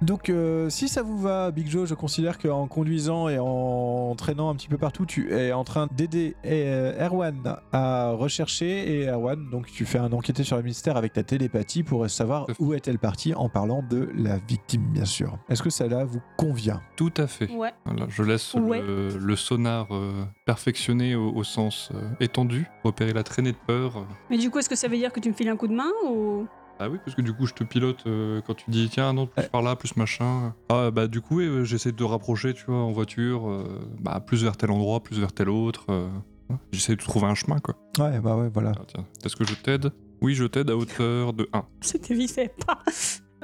C: Donc, euh, si ça vous va, Big Joe, je considère qu'en conduisant et en traînant un petit peu partout, tu es en train d'aider euh, Erwan à rechercher. Et Erwan, donc, tu fais un enquêté sur le mystère avec ta télépathie pour savoir
A: Tout à fait.
C: où est-elle partie en parlant de la victime, bien sûr. Est-ce que ça là vous convient
A: Tout à fait.
B: *laughs* ouais.
A: Voilà, je laisse
B: Ouais.
A: le, le sonar euh, perfectionné au, au sens euh, étendu, repérer la traînée de peur. euh.
B: Mais du coup, est-ce que ça veut dire que tu me files un coup de main ou *laughs*
A: Ah oui, parce que du coup, je te pilote euh, quand tu dis tiens, non, plus
C: Ouais.
A: par là, plus machin. Ah bah du coup, ouais, euh, j'essaie de te rapprocher, tu vois, en voiture, euh, bah, plus vers tel endroit, plus vers tel autre. euh, hein. J'essaie de trouver un chemin, quoi.
C: Ouais, bah ouais, voilà.
A: Ah, tiens, est-ce que je t'aide Oui, je t'aide à hauteur de 1.
B: C'était vite fait. Pas.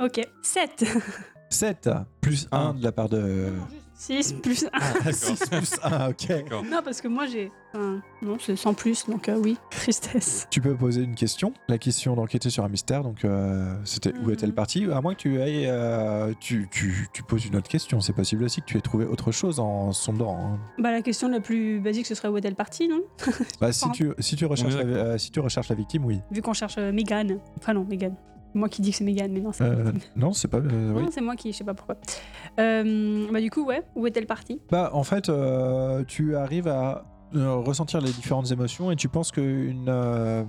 B: Ok. *laughs* 7.
C: 7 plus 1
A: Un.
C: de la part de.
B: 6 plus 1.
C: *laughs*
A: d'accord.
C: 6 plus 1, ok.
B: Non, parce que moi, j'ai. enfin, non, c'est sans plus, donc euh, oui. Tristesse.
C: Tu peux poser une question. La question d'enquêter sur un mystère, donc euh, c'était où
B: Mhm.
C: est-elle partie À moins que tu ailles, euh, tu, tu- tu poses une autre question. C'est possible aussi que tu aies trouvé autre chose en sondant. hein.
B: Bah, la question la plus basique, ce serait où est-elle partie, non
C: Bah, si,
B: comprends.
C: tu, si, tu recherches
A: On
C: la,
A: est
C: euh, si tu recherches la victime, oui.
B: Vu qu'on cherche euh, Mégane. Enfin, non, Mégane. Moi qui dis que c'est Mégane, mais non, c'est.
C: Euh, non, c'est pas. euh, oui.
B: Non, c'est moi qui, je sais pas pourquoi. Euh, bah du coup, ouais, où est-elle partie
C: Bah, en fait, euh, tu arrives à euh, ressentir les différentes émotions et tu penses qu'une euh,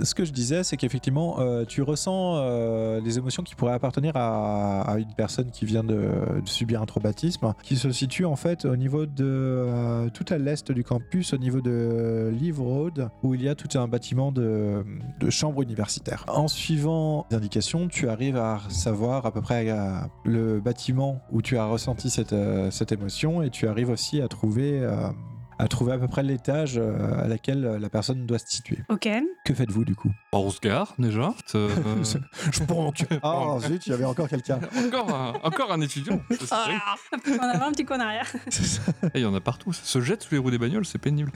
C: ce que je disais, c'est qu'effectivement, euh, tu ressens euh, les émotions qui pourraient appartenir à, à une personne qui vient de, de subir un traumatisme, qui se situe en fait au niveau de euh, tout à l'est du campus, au niveau de Live Road, où il y a tout un bâtiment de, de chambres universitaires. En suivant les indications, tu arrives à savoir à peu près euh, le bâtiment où tu as ressenti cette, euh, cette émotion et tu arrives aussi à trouver... euh, à trouver à peu près l'étage euh, à laquelle la personne doit se situer.
B: Ok.
C: Que faites-vous du coup
A: Bon, On se gare déjà. Euh,
C: Je penche. Ah zut, il y avait encore *laughs* quelqu'un.
A: encore, un, encore un étudiant. Ça, c'est terrible.
B: *laughs* Un petit coup en avant, un petit coup en arrière.
A: Et Il y en a partout. Ça se jette sous les roues des bagnoles, c'est pénible.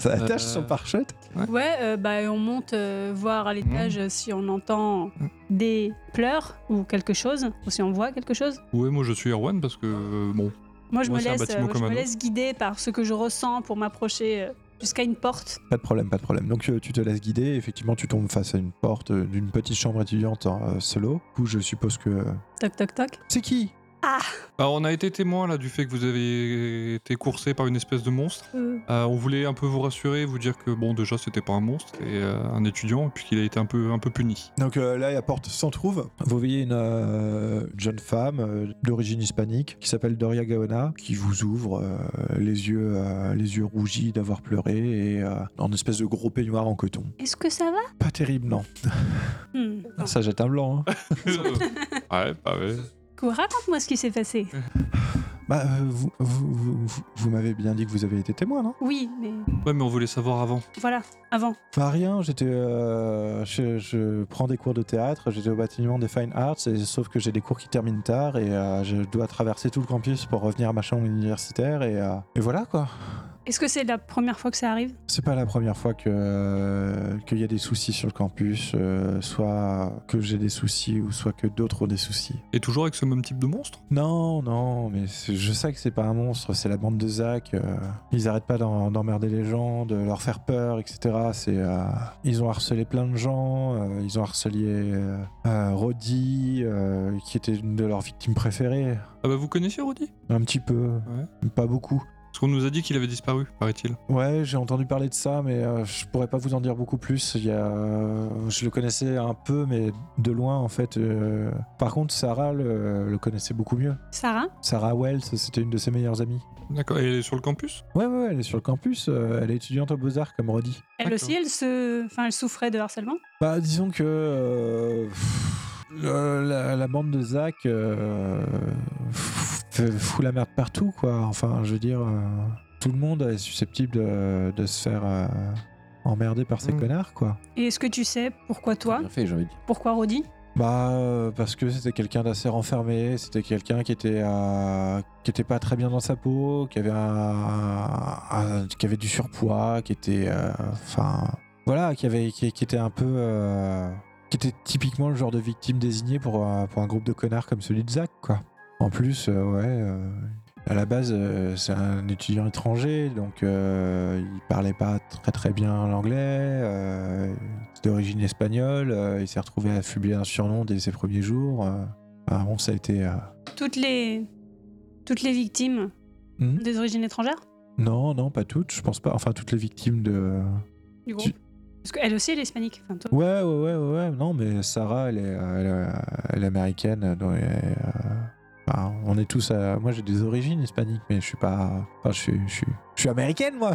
C: Ça attache
A: Euh,
C: son pare-choc.
B: Ouais, euh, bah, on monte euh, voir à l'étage
A: Mmh.
B: euh, si on entend
A: Mm.
B: des pleurs ou quelque chose, ou si on voit quelque chose.
A: Ouais, moi je suis Erwan parce que euh, bon,
B: Moi, je,
A: Moi,
B: me,
A: c'est un
B: laisse,
A: bâtiment
B: euh,
A: comme
B: je
A: un
B: me
A: autre.
B: laisse guider par ce que je ressens pour m'approcher euh, jusqu'à une porte.
C: Pas de problème, pas de problème. Donc euh, tu te laisses guider, effectivement tu tombes face à une porte euh, d'une petite chambre étudiante hein, euh, solo, où je suppose que... euh,
B: Toc, toc, toc.
C: C'est qui
A: Alors, Ah, on a été témoin là du fait que vous avez été coursé par une espèce de monstre.
B: Euh,
A: Euh, on voulait un peu vous rassurer, vous dire que bon déjà c'était pas un monstre et euh, un étudiant, et puis qu'il a été un peu un peu puni.
C: Donc euh, là, la porte s'en trouve. Vous voyez une euh, jeune femme euh, d'origine hispanique qui s'appelle Doria Gaona, qui vous ouvre euh, les yeux, euh, les yeux rougis d'avoir pleuré et euh, en espèce de gros peignoir en coton.
B: Est-ce que ça va
C: Pas terrible, non.
B: Hmm.
C: Ça jette un blanc. hein.
A: Euh, ouais, bah ouais.
B: Quoi, Raconte-moi ce qui s'est passé.
C: Bah, euh, vous, vous- vous- vous- vous m'avez bien dit que vous avez été témoin, non
B: Oui, mais
A: Ouais, mais on voulait savoir avant.
B: voilà, avant.
C: Bah rien, j'étais, euh, je, je prends des cours de théâtre, j'étais au bâtiment des Fine Arts, et, sauf que j'ai des cours qui terminent tard et euh, je dois traverser tout le campus pour revenir à ma chambre universitaire et, euh, et voilà quoi.
B: Est-ce que c'est la première fois que ça arrive
C: C'est pas la première fois que euh, qu'il y a des soucis sur le campus, euh, soit que j'ai des soucis ou soit que d'autres ont des soucis.
A: Et toujours avec ce même type de monstre
C: Non, non, mais c'est- je sais que c'est pas un monstre, c'est la bande de Zach. euh, ils arrêtent pas d'en- d'emmerder les gens, de leur faire peur, etc. C'est, euh, ils ont harcelé plein de gens, euh, ils ont harcelé euh, euh, Roddy, euh, qui était une de leurs victimes préférées.
A: Ah bah vous connaissiez Roddy
C: Un petit peu,
A: Ouais.
C: mais pas beaucoup.
A: Parce qu'on nous a dit qu'il avait disparu, paraît-il.
C: Ouais, j'ai entendu parler de ça, mais euh, je pourrais pas vous en dire beaucoup plus. Il y a, euh, je le connaissais un peu, mais de loin en fait. euh. Par contre, Sarah le, le connaissait beaucoup mieux.
B: Sarah
C: Sarah Wells, c'était une de ses meilleures amies.
A: D'accord. Et elle est sur le campus
C: Ouais, ouais, ouais, elle est sur le campus, euh, elle est étudiante aux beaux-arts, comme Roddy.
B: Elle
A: D'accord.
B: aussi, elle, se... enfin, elle souffrait de harcèlement
C: Bah, disons que euh, pff, le- la, la bande de Zach euh, pff, fait- fout la merde partout, quoi. Enfin, je veux dire, euh, tout le monde est susceptible de, de se faire euh, emmerder par ces
A: Mm.
C: connards, quoi.
B: Et est-ce que tu sais pourquoi toi
D: Bien fait, j'ai envie de dire.
B: Pourquoi Roddy
C: Bah, euh, parce que c'était quelqu'un d'assez renfermé, c'était quelqu'un qui était euh, qui était pas très bien dans sa peau, qui avait un, un- qui avait du surpoids, qui était, euh, enfin, voilà, qui avait qui, qui était un peu, euh, qui était typiquement le genre de victime désignée pour un- pour un groupe de connards comme celui de Zach, quoi. En plus, euh, ouais. euh, à la base, euh, c'est un étudiant étranger, donc euh, il parlait pas très très bien l'anglais. euh, d'origine espagnole, euh, il s'est retrouvé affublé d'un surnom dès ses premiers jours. euh. Ah bon, ça a été. euh,
B: Toutes les... Toutes les victimes
C: Mhm.
B: des origines étrangères
C: Non, non, pas toutes, je pense pas. Enfin, toutes les victimes de.
B: du groupe Parce qu'elle aussi, elle est hispanique. Enfin, toi.
C: Ouais, ouais, ouais, ouais, ouais. Non, mais Sarah, elle est, euh, elle, euh, elle est américaine. euh, donc, elle est, euh, enfin, on est tous. euh, Moi, j'ai des origines hispaniques, mais je suis pas. Enfin, je suis, je suis, je suis américaine, moi.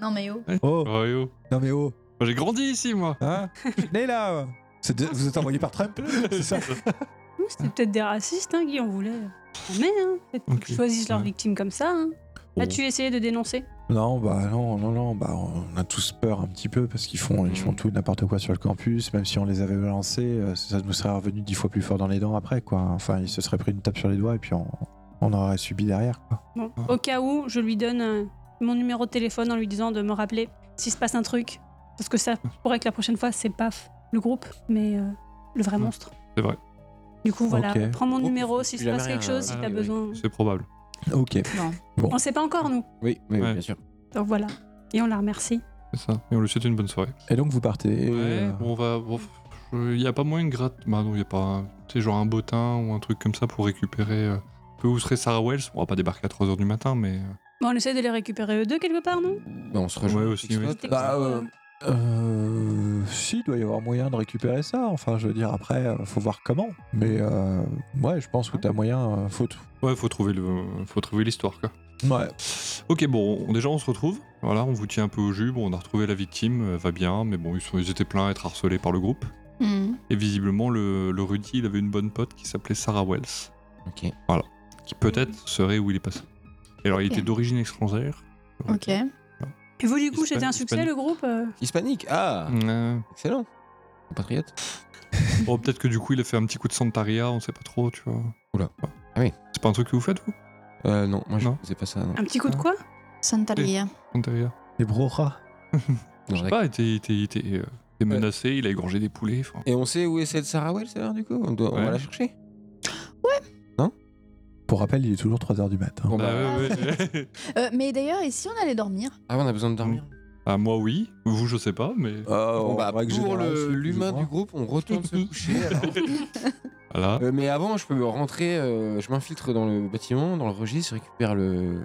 E: Non mais oh.
C: Oh,
A: Ouais, oh.
C: non mais oh,
A: Moi, J'ai grandi ici, moi
C: hein Je suis né là. ouais. C'est de- Vous êtes envoyé par Trump, c'est ça
B: Ouh, C'était peut-être des racistes hein, qui en voulaient. Mais hein, peut-être qu'ils
A: Ok.
B: choisissent leurs
A: Ouais. Oh.
B: victimes comme ça. hein.
C: Bon.
B: As-tu essayé de dénoncer
C: Non, bah non, non, non, bah on a tous peur un petit peu parce qu'ils font, ils font tout et n'importe quoi sur le campus. Même si on les avait balancés, euh, ça nous serait revenu dix fois plus fort dans les dents après, quoi. Enfin, ils se seraient pris une tape sur les doigts et puis on, on aurait subi derrière, quoi.
B: Bon,
A: Ah.
B: au cas où, je lui donne euh, mon numéro de téléphone en lui disant de me rappeler s'il se passe un truc. Parce que
A: Ah.
B: ça pourrait que la prochaine fois, c'est paf, le groupe, mais euh, le vrai
A: Ouais,
B: monstre.
A: Ah. c'est vrai.
B: Du coup, voilà,
C: Ok.
B: prends mon
D: Groupe,
B: numéro
D: plus
B: s'il se
D: jamais
B: passe quelque
D: rien,
B: chose, si
A: euh,
B: t'as
D: oui,
B: besoin.
A: *laughs* C'est probable.
C: Ok.
E: Non.
B: On sait pas encore, nous.
D: Oui, oui,
A: Ouais.
D: bien sûr.
B: Donc voilà. Et on la remercie.
A: C'est ça. Et on lui souhaite une bonne soirée.
C: Et donc vous partez.
A: Ouais,
C: euh,
A: on va. Il n'y a pas moyen de gratter. Bah non, il n'y a pas. un- Tu sais, genre un bottin ou un truc comme ça pour récupérer. euh, Peu où serait Sarah Wells On va pas débarquer à 3h du matin, mais. euh,
B: Bon, on essaie de les récupérer eux deux quelque part, non
D: Bah, on se rejoint.
A: Ouais, aussi, oui.
D: Bah, euh,
C: Euh, si, il doit y avoir moyen de récupérer ça. Enfin, je veux dire, après, euh, faut voir comment. Mais euh, ouais, je pense que t'as moyen, euh, faut tout.
A: Ouais, faut trouver le, faut trouver l'histoire quoi.
C: Ouais.
A: Ok, bon, on- déjà on se retrouve. Voilà, on vous tient un peu au jus. Bon, on a retrouvé la victime, elle va bien, mais bon, ils, sont, ils étaient pleins à être harcelés par le groupe.
E: Hmm.
A: Et visiblement, le, le Rudy, il avait une bonne pote qui s'appelait Sarah Wells,
D: Ok.
A: qui peut-être serait où il est passé. Et alors, il
E: Ok.
A: était d'origine étrangère.
E: Ok.
B: Et vous, du coup, c'était un
A: Hispanique,
B: succès, le groupe euh,
D: Hispanique Ah
A: Euh,
D: Excellent Compatriote
A: bon, peut-être que du coup, il a fait un petit coup de Santaria, on sait pas trop, tu vois.
D: Oula.
A: Ouais.
D: Ah oui.
A: C'est pas un truc que vous faites, vous
D: Euh, non, moi je
A: Non.
D: faisais pas ça. Non.
B: Un petit coup de quoi
E: Santa Lia.
A: Santaria
C: Les broras.
D: Non,
A: Je sais
D: d'accord.
A: pas, il était, il était- il était, euh, il était menacé, il a égorgé des poulets. enfin.
D: Et on sait où est celle de Sarah Wells alors du coup on, doit, on
A: Ouais. Bah
D: va la chercher
C: Pour rappel, il est toujours 3h du hein. matin.
D: Bon, bah,
A: Bah, ouais,
D: *laughs*
A: ouais. *laughs*
E: Euh, mais d'ailleurs, et si on allait dormir
D: Ah ouais, on a besoin de dormir.
A: Ah, moi, oui. Vous, je sais pas, mais.
D: Bon, bah, pour
A: hein,
D: le- l'humain
C: hein.
D: du groupe, on retourne
A: *laughs*
D: se coucher. alors.
A: Voilà.
D: Euh, mais avant, je peux rentrer, euh, je m'infiltre dans le bâtiment, dans le registre, je récupère le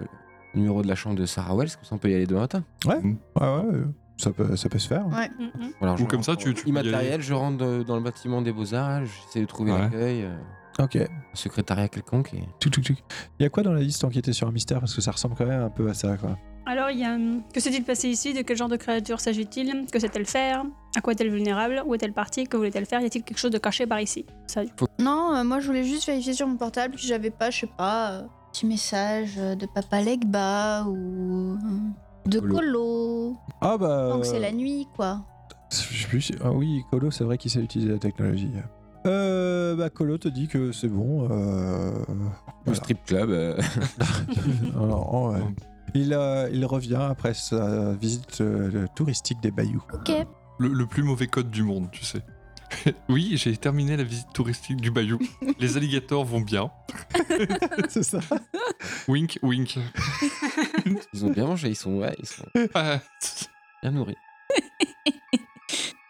D: numéro de la chambre de Sarah Wells, comme ça on peut y aller demain matin.
C: Ouais, Ah ouais, ouais. ça peut, ça peut se faire.
B: Mm, mm.
D: Voilà, je
A: Ou comme ça,
D: rentre,
A: tu-
D: euh,
A: tu peux y
D: immatériel, je rentre euh, dans le bâtiment des beaux-arts, j'essaie de trouver
A: Ouais.
D: l'accueil, euh,
C: Ok.
D: un secrétariat quelconque. Et...
C: Tchouk, tchouk, tchouk. Il y a quoi dans la liste enquêter sur un mystère Parce que ça ressemble quand même un peu à ça, quoi.
B: Alors, il y a. hum, Que s'est-il passé ici De quel genre de créature s'agit-il Que sait-elle faire À quoi est-elle vulnérable Où est-elle partie Que voulait-elle faire Y a-t-il quelque chose de caché par ici Ça,
E: Non, euh, moi je voulais juste vérifier sur mon portable que j'avais pas, je sais pas, euh, petit message euh, de Papa Legba ou euh, de
D: Colo. Euh.
E: Colo.
C: Ah bah.
E: Donc c'est la nuit quoi.
C: Je sais plus. Ah oui, Colo, c'est vrai qu'il sait utiliser la technologie. Euh, bah, Colo te dit que c'est bon.
E: *laughs*
C: Euh...
D: Le
C: voilà.
D: strip club. euh, *laughs*
C: Alors, oh, ouais. il, euh, il revient après sa visite euh, touristique des bayous.
E: Ok.
A: Le, le plus mauvais code du monde, tu sais. *laughs* oui, j'ai terminé la visite touristique du
E: *laughs*
A: Bayou. Les alligators vont bien.
C: *laughs* c'est ça.
A: Wink,
E: *laughs*
A: wink.
D: ils ont bien mangé, ils sont, ouais, ils sont
A: Ah,
D: bien nourris.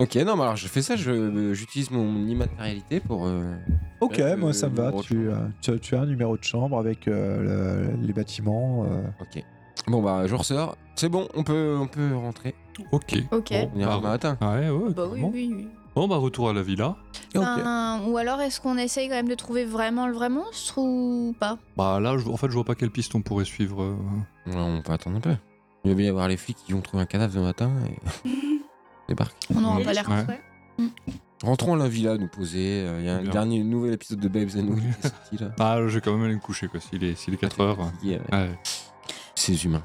D: ok, non, mais alors je fais ça, je- j'utilise mon immatérialité pour. euh,
C: Ok,
D: Euh,
C: moi ça me va.
D: numéro de
C: Tu,
D: chambre.
C: euh, tu- tu as un numéro de chambre avec euh, le- les bâtiments. euh.
D: Ok. Bon bah je ressors. C'est bon, on peut on peut rentrer.
A: ok.
E: Ok.
A: Bon,
D: On ira
A: bah,
D: demain matin.
A: Ouais, ouais,
E: Bah oui,
A: carrément.
E: oui, oui.
A: Bon, bah, retour à la villa.
C: Ok.
E: Enfin, Ben, ou alors est-ce qu'on essaye quand même de trouver vraiment le vrai monstre ou pas
A: Bah, là, je- en fait, je vois pas quelle piste on pourrait suivre. euh.
D: Ouais, on peut attendre un peu. Il va bien y avoir les flics qui vont trouver un cadavre demain matin et *laughs* débarquent.
E: On
A: Ouais.
E: n'aura pas l'air.
A: Ouais.
D: Rentrons à la villa, nous poser. euh, Il y a un
A: Bien.
D: dernier nouvel épisode de Babes and Woody *laughs* qui est sorti là.
A: Ah, je vais quand même aller me coucher, quoi. S'il est, s'il est 4 heures. euh,
D: Qui, euh,
A: ouais.
D: Ces humains.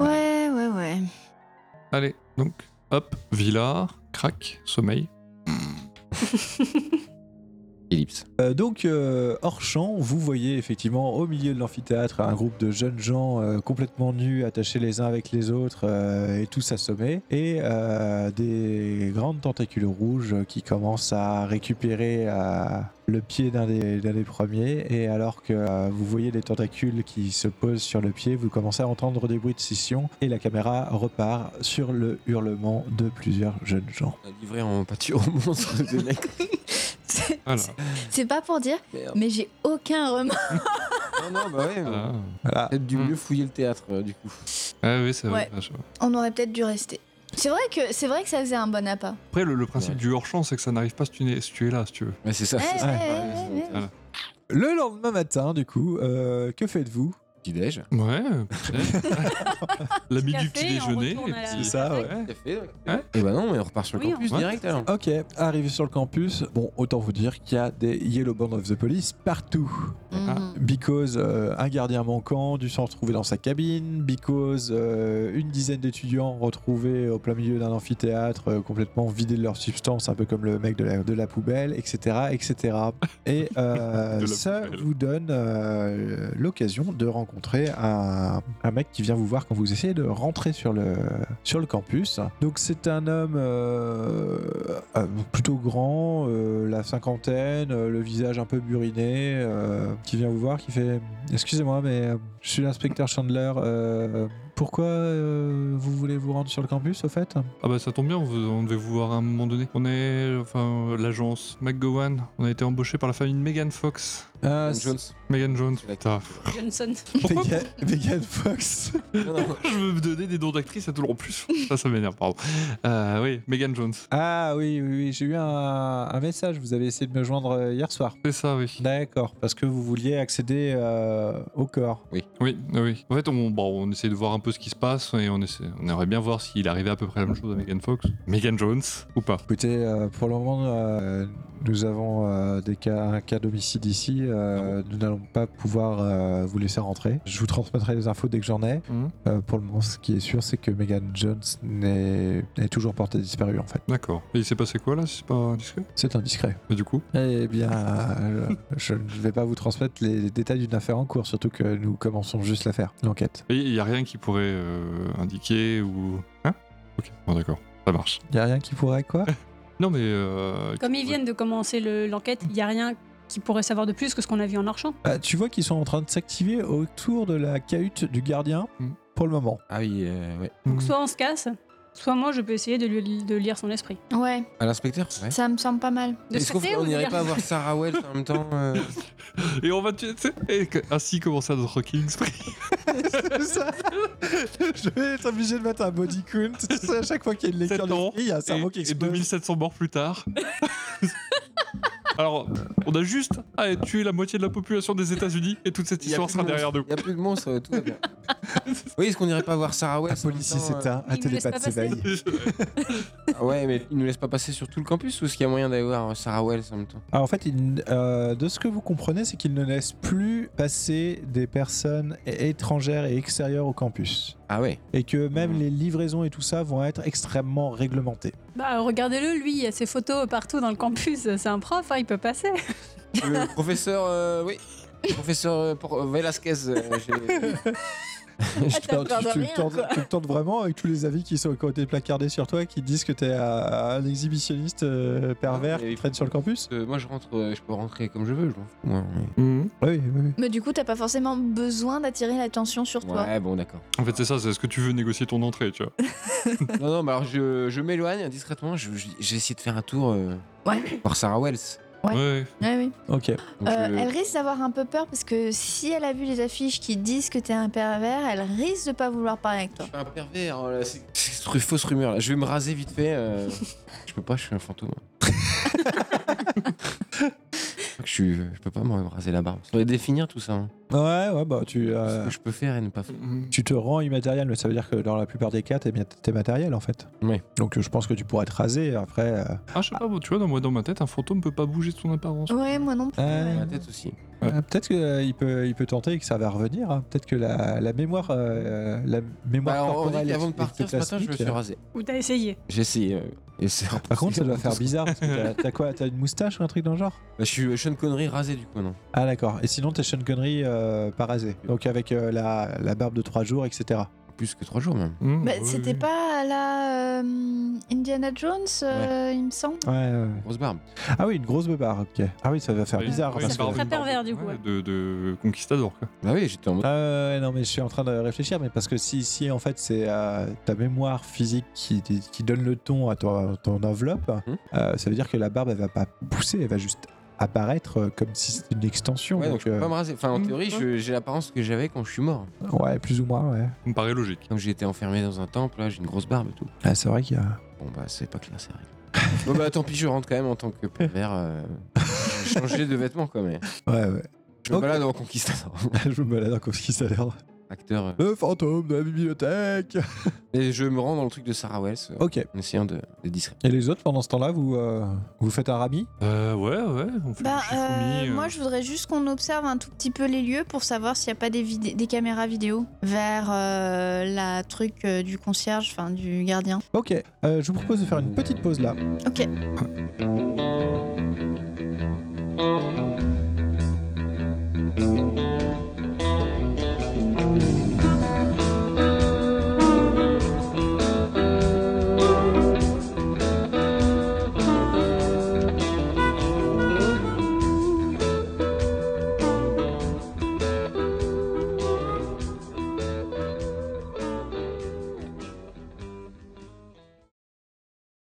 E: Ouais, ouais, ouais.
A: Allez, donc, hop, villa, crac, sommeil.
D: Ellipse.
C: Euh, donc, euh, hors champ, vous voyez effectivement au milieu de l'amphithéâtre un groupe de jeunes gens euh, complètement nus, attachés les uns avec les autres euh, et tous assommés, et euh, des grandes tentacules rouges qui commencent à récupérer euh, le pied d'un des, d'un des premiers. Et alors que euh, vous voyez les tentacules qui se posent sur le pied, vous commencez à entendre des bruits de scission, et la caméra repart sur le hurlement de plusieurs jeunes gens.
D: On a livré en pâture au monstre *laughs* de mec.
E: C'est-
A: Alors,
E: *laughs* C'est pas pour dire,
D: Merde.
E: mais j'ai aucun remords.
D: Non, non, bah ouais.
A: ah,
C: Voilà.
D: Peut-être dû
A: Mm.
D: mieux fouiller le théâtre euh, du coup.
A: ah oui, c'est vrai.
E: Ouais. On aurait peut-être dû rester. C'est vrai que c'est vrai que ça faisait un bon appât.
A: Après, le, le principe
D: Ouais.
A: du hors-champ, c'est que ça n'arrive pas si tu, n'es- si tu es là, si tu veux.
D: Mais c'est ça.
E: Eh,
D: c'est ça. *laughs*
E: eh,
D: Ouais,
E: eh,
D: c'est-
E: eh.
A: Voilà.
C: Le lendemain matin, du coup, euh, que faites-vous
D: Petit déj.
A: *laughs* Ouais, L'ami
B: Café,
A: du petit
B: on
A: déjeuner.
B: retourne à la-
A: et
C: C'est ça, ouais.
D: Café.
A: Ouais.
D: Et bah non, mais on repart sur le
B: Oui,
D: campus
A: on-
D: direct alors.
C: Ok, arrivé sur le campus, bon, autant vous dire qu'il y a des Yellow Band of the Police partout.
A: Ah.
E: Mhm.
C: Because euh, un gardien manquant dû se retrouver dans sa cabine, because euh, une dizaine d'étudiants retrouvés au plein milieu d'un amphithéâtre euh, complètement vidés de leur substance, un peu comme le mec de la, de la poubelle, etc. etc.
A: *laughs*
C: Et euh,
A: De la
C: ça
A: poubelle.
C: vous donne euh, l'occasion de rencontrer un, un mec qui vient vous voir quand vous essayez de rentrer sur le, sur le campus. Donc c'est un homme euh, euh, plutôt grand, euh, la cinquantaine, euh, le visage un peu buriné, euh, qui vient vous voir, qui fait ⁇ Excusez-moi, mais euh, je suis l'inspecteur Chandler, euh, Pourquoi euh, vous voulez vous rendre sur le campus, au fait
A: Ah bah ça tombe bien, on, vous- on devait vous voir à un moment donné. On est, enfin, euh, l'agence McGowan. On a été embauché par la famille de Megan Fox.
C: Ah,
D: Indiana Jones.
A: Megan Jones.
D: C'est la-
A: Putain.
B: Johnson.
A: Pourquoi
C: Megan, Megan Fox.
D: Non, non.
A: *laughs* je veux me donner des noms d'actrices à tout le monde en plus Ça, ça m'énerve, pardon. Euh, oui, Megan Jones.
C: Ah oui, oui, oui, j'ai eu un, un message. Vous avez essayé de me joindre euh, hier soir.
A: C'est ça, oui.
C: D'accord, parce que vous vouliez accéder euh, au corps.
A: Oui, oui. En fait, on, bon, on essaie de voir un peu ce qui se passe et on, essaie, on aimerait bien voir s'il arrivait à peu près la même chose à Megan Fox. Megan Jones ou pas.
C: Écoutez, euh, pour le moment, euh, nous avons euh, des cas, un cas d'homicide ici. euh, Nous n'allons pas pouvoir euh, vous laisser rentrer. Je vous transmettrai les infos dès que j'en ai.
A: Mhm.
C: Euh, pour le moment, ce qui est sûr, c'est que Megan Jones n'est est toujours portée disparue, en fait.
A: D'accord. Et il s'est passé quoi là, si c'est pas discret
C: C'est indiscret.
A: Mais du coup,
C: Eh bien, euh, je ne vais pas vous transmettre les, les détails d'une affaire en cours, surtout que nous commençons juste l'affaire, l'enquête.
A: il y a rien qui pourrait euh, indiquer ou. Hein Ok, bon, d'accord. Ça marche.
C: Il n'y a rien qui pourrait,
A: *laughs*
C: quoi
A: Non, mais. euh,
B: Comme ils viennent de commencer le- l'enquête, il n'y a rien qui pourrait savoir de plus que ce qu'on a vu en marchant.
C: Ah, Tu vois qu'ils sont en train de s'activer autour de la cahute du gardien
A: Mm.
C: pour le
A: *laughs*
C: moment.
D: Ah oui, euh, ouais.
B: Donc soit on se casse, soit moi je peux essayer de, lui- de lire son esprit.
E: Ouais,
D: À l'inspecteur ouais.
E: ça me semble pas mal.
B: De
D: Est-ce qu'on
B: stresser ou
D: on
B: de
D: n'irait
B: lire
D: pas voir Sarah Wells en même temps
A: *laughs*
D: euh,
A: Et on va tuer. tu sais, et que- Ainsi commencer notre Killing Spree.
C: C'est ça. Je vais être obligé de mettre un body count. Tu sais, à chaque fois qu'il y a une lecture
A: Sept
C: de
A: ans
C: il y a un cerveau qui
A: Et, et
C: explose.
A: 2700 morts plus tard. *laughs* Alors, on a juste à tuer la moitié de la population des États-Unis et toute cette
D: Il y a
A: histoire
D: plus
A: sera
D: de
A: derrière nous.
D: Il n'y a plus de monstres, tout va
A: *laughs*
D: bien. Oui, est-ce qu'on n'irait pas voir Sarah Wells
C: La
D: en même
C: police
D: temps, euh,
C: s'éteint, un
B: Il me laisse pas
C: télépathe s'éveille. *laughs*
D: Ah Ouais, mais il nous laisse pas passer sur tout le campus ou est-ce qu'il y a moyen d'aller voir euh, Sarah Wells en même temps
C: Alors, Ah, en fait, il- euh, de ce que vous comprenez, c'est qu'il ne laisse plus passer des personnes é- étrangères et extérieures au campus.
D: Ah ouais.
C: Et que même
D: Mm.
C: les livraisons et tout ça vont être extrêmement réglementées.
B: Bah regardez-le, lui, il y a ses photos partout dans le campus. C'est un prof, hein, il peut passer. *laughs*
D: Le
A: *laughs*
D: professeur, euh, oui. Le professeur euh, Por- euh, Velasquez,
A: *laughs*
D: euh, j'ai-
E: Ah, t'as peur de
C: tu, le
E: rien,
C: tentes, tu le tentes vraiment avec tous les avis qui sont qui ont été placardés sur toi, qui disent que t'es euh, un exhibitionniste euh, pervers
D: Ah, mais-
C: qui traîne sur le campus
D: Euh, moi je rentre, euh, je peux rentrer comme je veux, je m'en fous. hein, Ouais, ouais.
C: Oui, oui, oui.
E: Mais du coup, t'as pas forcément besoin d'attirer l'attention sur toi.
D: Ouais, bon, d'accord.
A: En fait, c'est ça, c'est ce que tu veux négocier ton entrée, tu vois.
D: non, non, mais alors je, je m'éloigne discrètement, je- je- j'ai essayé de faire un tour euh,
E: Ouais.
D: par Sarah Wells.
E: Ouais.
A: Ouais.
E: Ouais, oui.
C: Ok.
D: Donc,
E: Euh,
D: je-
E: Elle risque d'avoir un peu peur parce que si elle a vu les affiches qui disent que t'es un pervers, elle risque de pas vouloir parler avec
D: Je
E: toi.
D: suis un pervers, oh là, c'est c'est cette ru- fausse rumeur là. Je vais me raser vite fait. euh, je peux pas, je suis un fantôme. hein. je, suis, je peux pas moi, me raser la barbe. Ça doit définir tout ça. hein.
C: Ouais, ouais, bah tu,
D: Ce
C: euh,
D: que je peux faire et ne pas faire.
C: tu te rends immatériel, mais ça veut dire que dans la plupart des cas, t'es, bien- t'es matériel en fait.
D: Oui.
C: Donc euh, je pense que tu pourrais te raser après. euh,
A: Ah, je sais pas, bon, tu vois, dans, moi, dans ma tête, un fantôme peut pas bouger de son apparence.
E: Ouais, moi non plus.
C: Euh,
E: ouais.
D: Ma tête aussi.
C: euh, peut-être qu'il peut, il peut tenter et que ça va revenir. hein. Peut-être que la, la mémoire, euh, la mémoire
D: Alors, Bah, on
C: corporelle.
D: dit
C: est-
D: qu'avant de
C: est
D: partir ce matin, je me
C: plasmique.
D: suis rasé.
B: Ou t'as essayé.
D: J'ai essayé. euh, et c'est
C: Par contre, ça doit
D: c'est-
C: faire bizarre. Parce que t'as, t'as quoi T'as une moustache ou un truc dans le genre
D: Bah, je suis Sean Connery rasé du coup, non
C: Ah d'accord. Et sinon, t'es Sean Connery euh, pas rasé. Donc avec euh, la, la barbe de 3 jours, etc.
D: Plus que trois jours même.
A: Mmh,
E: Bah,
A: oui,
E: c'était
A: oui.
E: pas à la euh, Indiana Jones, euh, il me semble.
C: Ouais, ouais.
D: Grosse barbe.
C: Ah oui, une grosse barbe. Ok. Ah oui, ça va faire
A: Oui,
C: bizarre.
A: oui,
C: parce
A: une barbe-
C: que-
B: Très
A: une barbe
B: pervers,
A: de-
B: du coup,
A: ouais,
B: ouais.
A: De, de conquistador, quoi.
D: Bah oui, j'étais en mode.
C: Ah ouais, ouais, non, mais je suis en train de réfléchir, mais parce que si, si en fait c'est euh, ta mémoire physique qui, qui donne le ton à ton, ton enveloppe,
D: Mhm.
C: euh, ça veut dire que la barbe elle va pas pousser, elle va juste apparaître euh, comme si c'était une extension.
D: Ouais, donc
C: donc,
D: je peux
C: euh,
D: pas me raser. Enfin, en
A: Mm.
D: théorie, je- j'ai l'apparence que j'avais quand je suis mort.
C: ouais, plus ou moins, ouais.
A: Ça me paraît logique.
D: Comme j'ai été enfermé dans un temple, là, j'ai une grosse barbe et tout.
C: Ah, c'est vrai qu'il y a.
D: Bon bah c'est pas clair, c'est vrai. *laughs* bon bah tant pis, je rentre quand même en tant que pervers. euh, J'ai changé de vêtements quand même.
C: Ouais, ouais.
D: Je me
C: Ok.
D: balade en conquistador.
C: *laughs* je me balade comme ce qui ça a l'air.
D: Acteur. euh.
C: Le fantôme de la bibliothèque
D: Et je me rends dans le truc de Sarah Wells euh,
C: Ok.
D: en essayant de, de discret.
C: Et les autres, pendant ce temps-là, vous, euh, vous faites un rami
A: Euh, ouais, ouais, on fait
E: Bah,
A: du chifoumi,
E: euh,
A: euh.
E: moi je voudrais juste qu'on observe un tout petit peu les lieux pour savoir s'il n'y a pas des, vidé- des caméras vidéo vers euh, la truc euh, du concierge, enfin du gardien.
C: Ok. Euh, je vous propose de faire une petite pause là.
E: Ok.
D: Sarah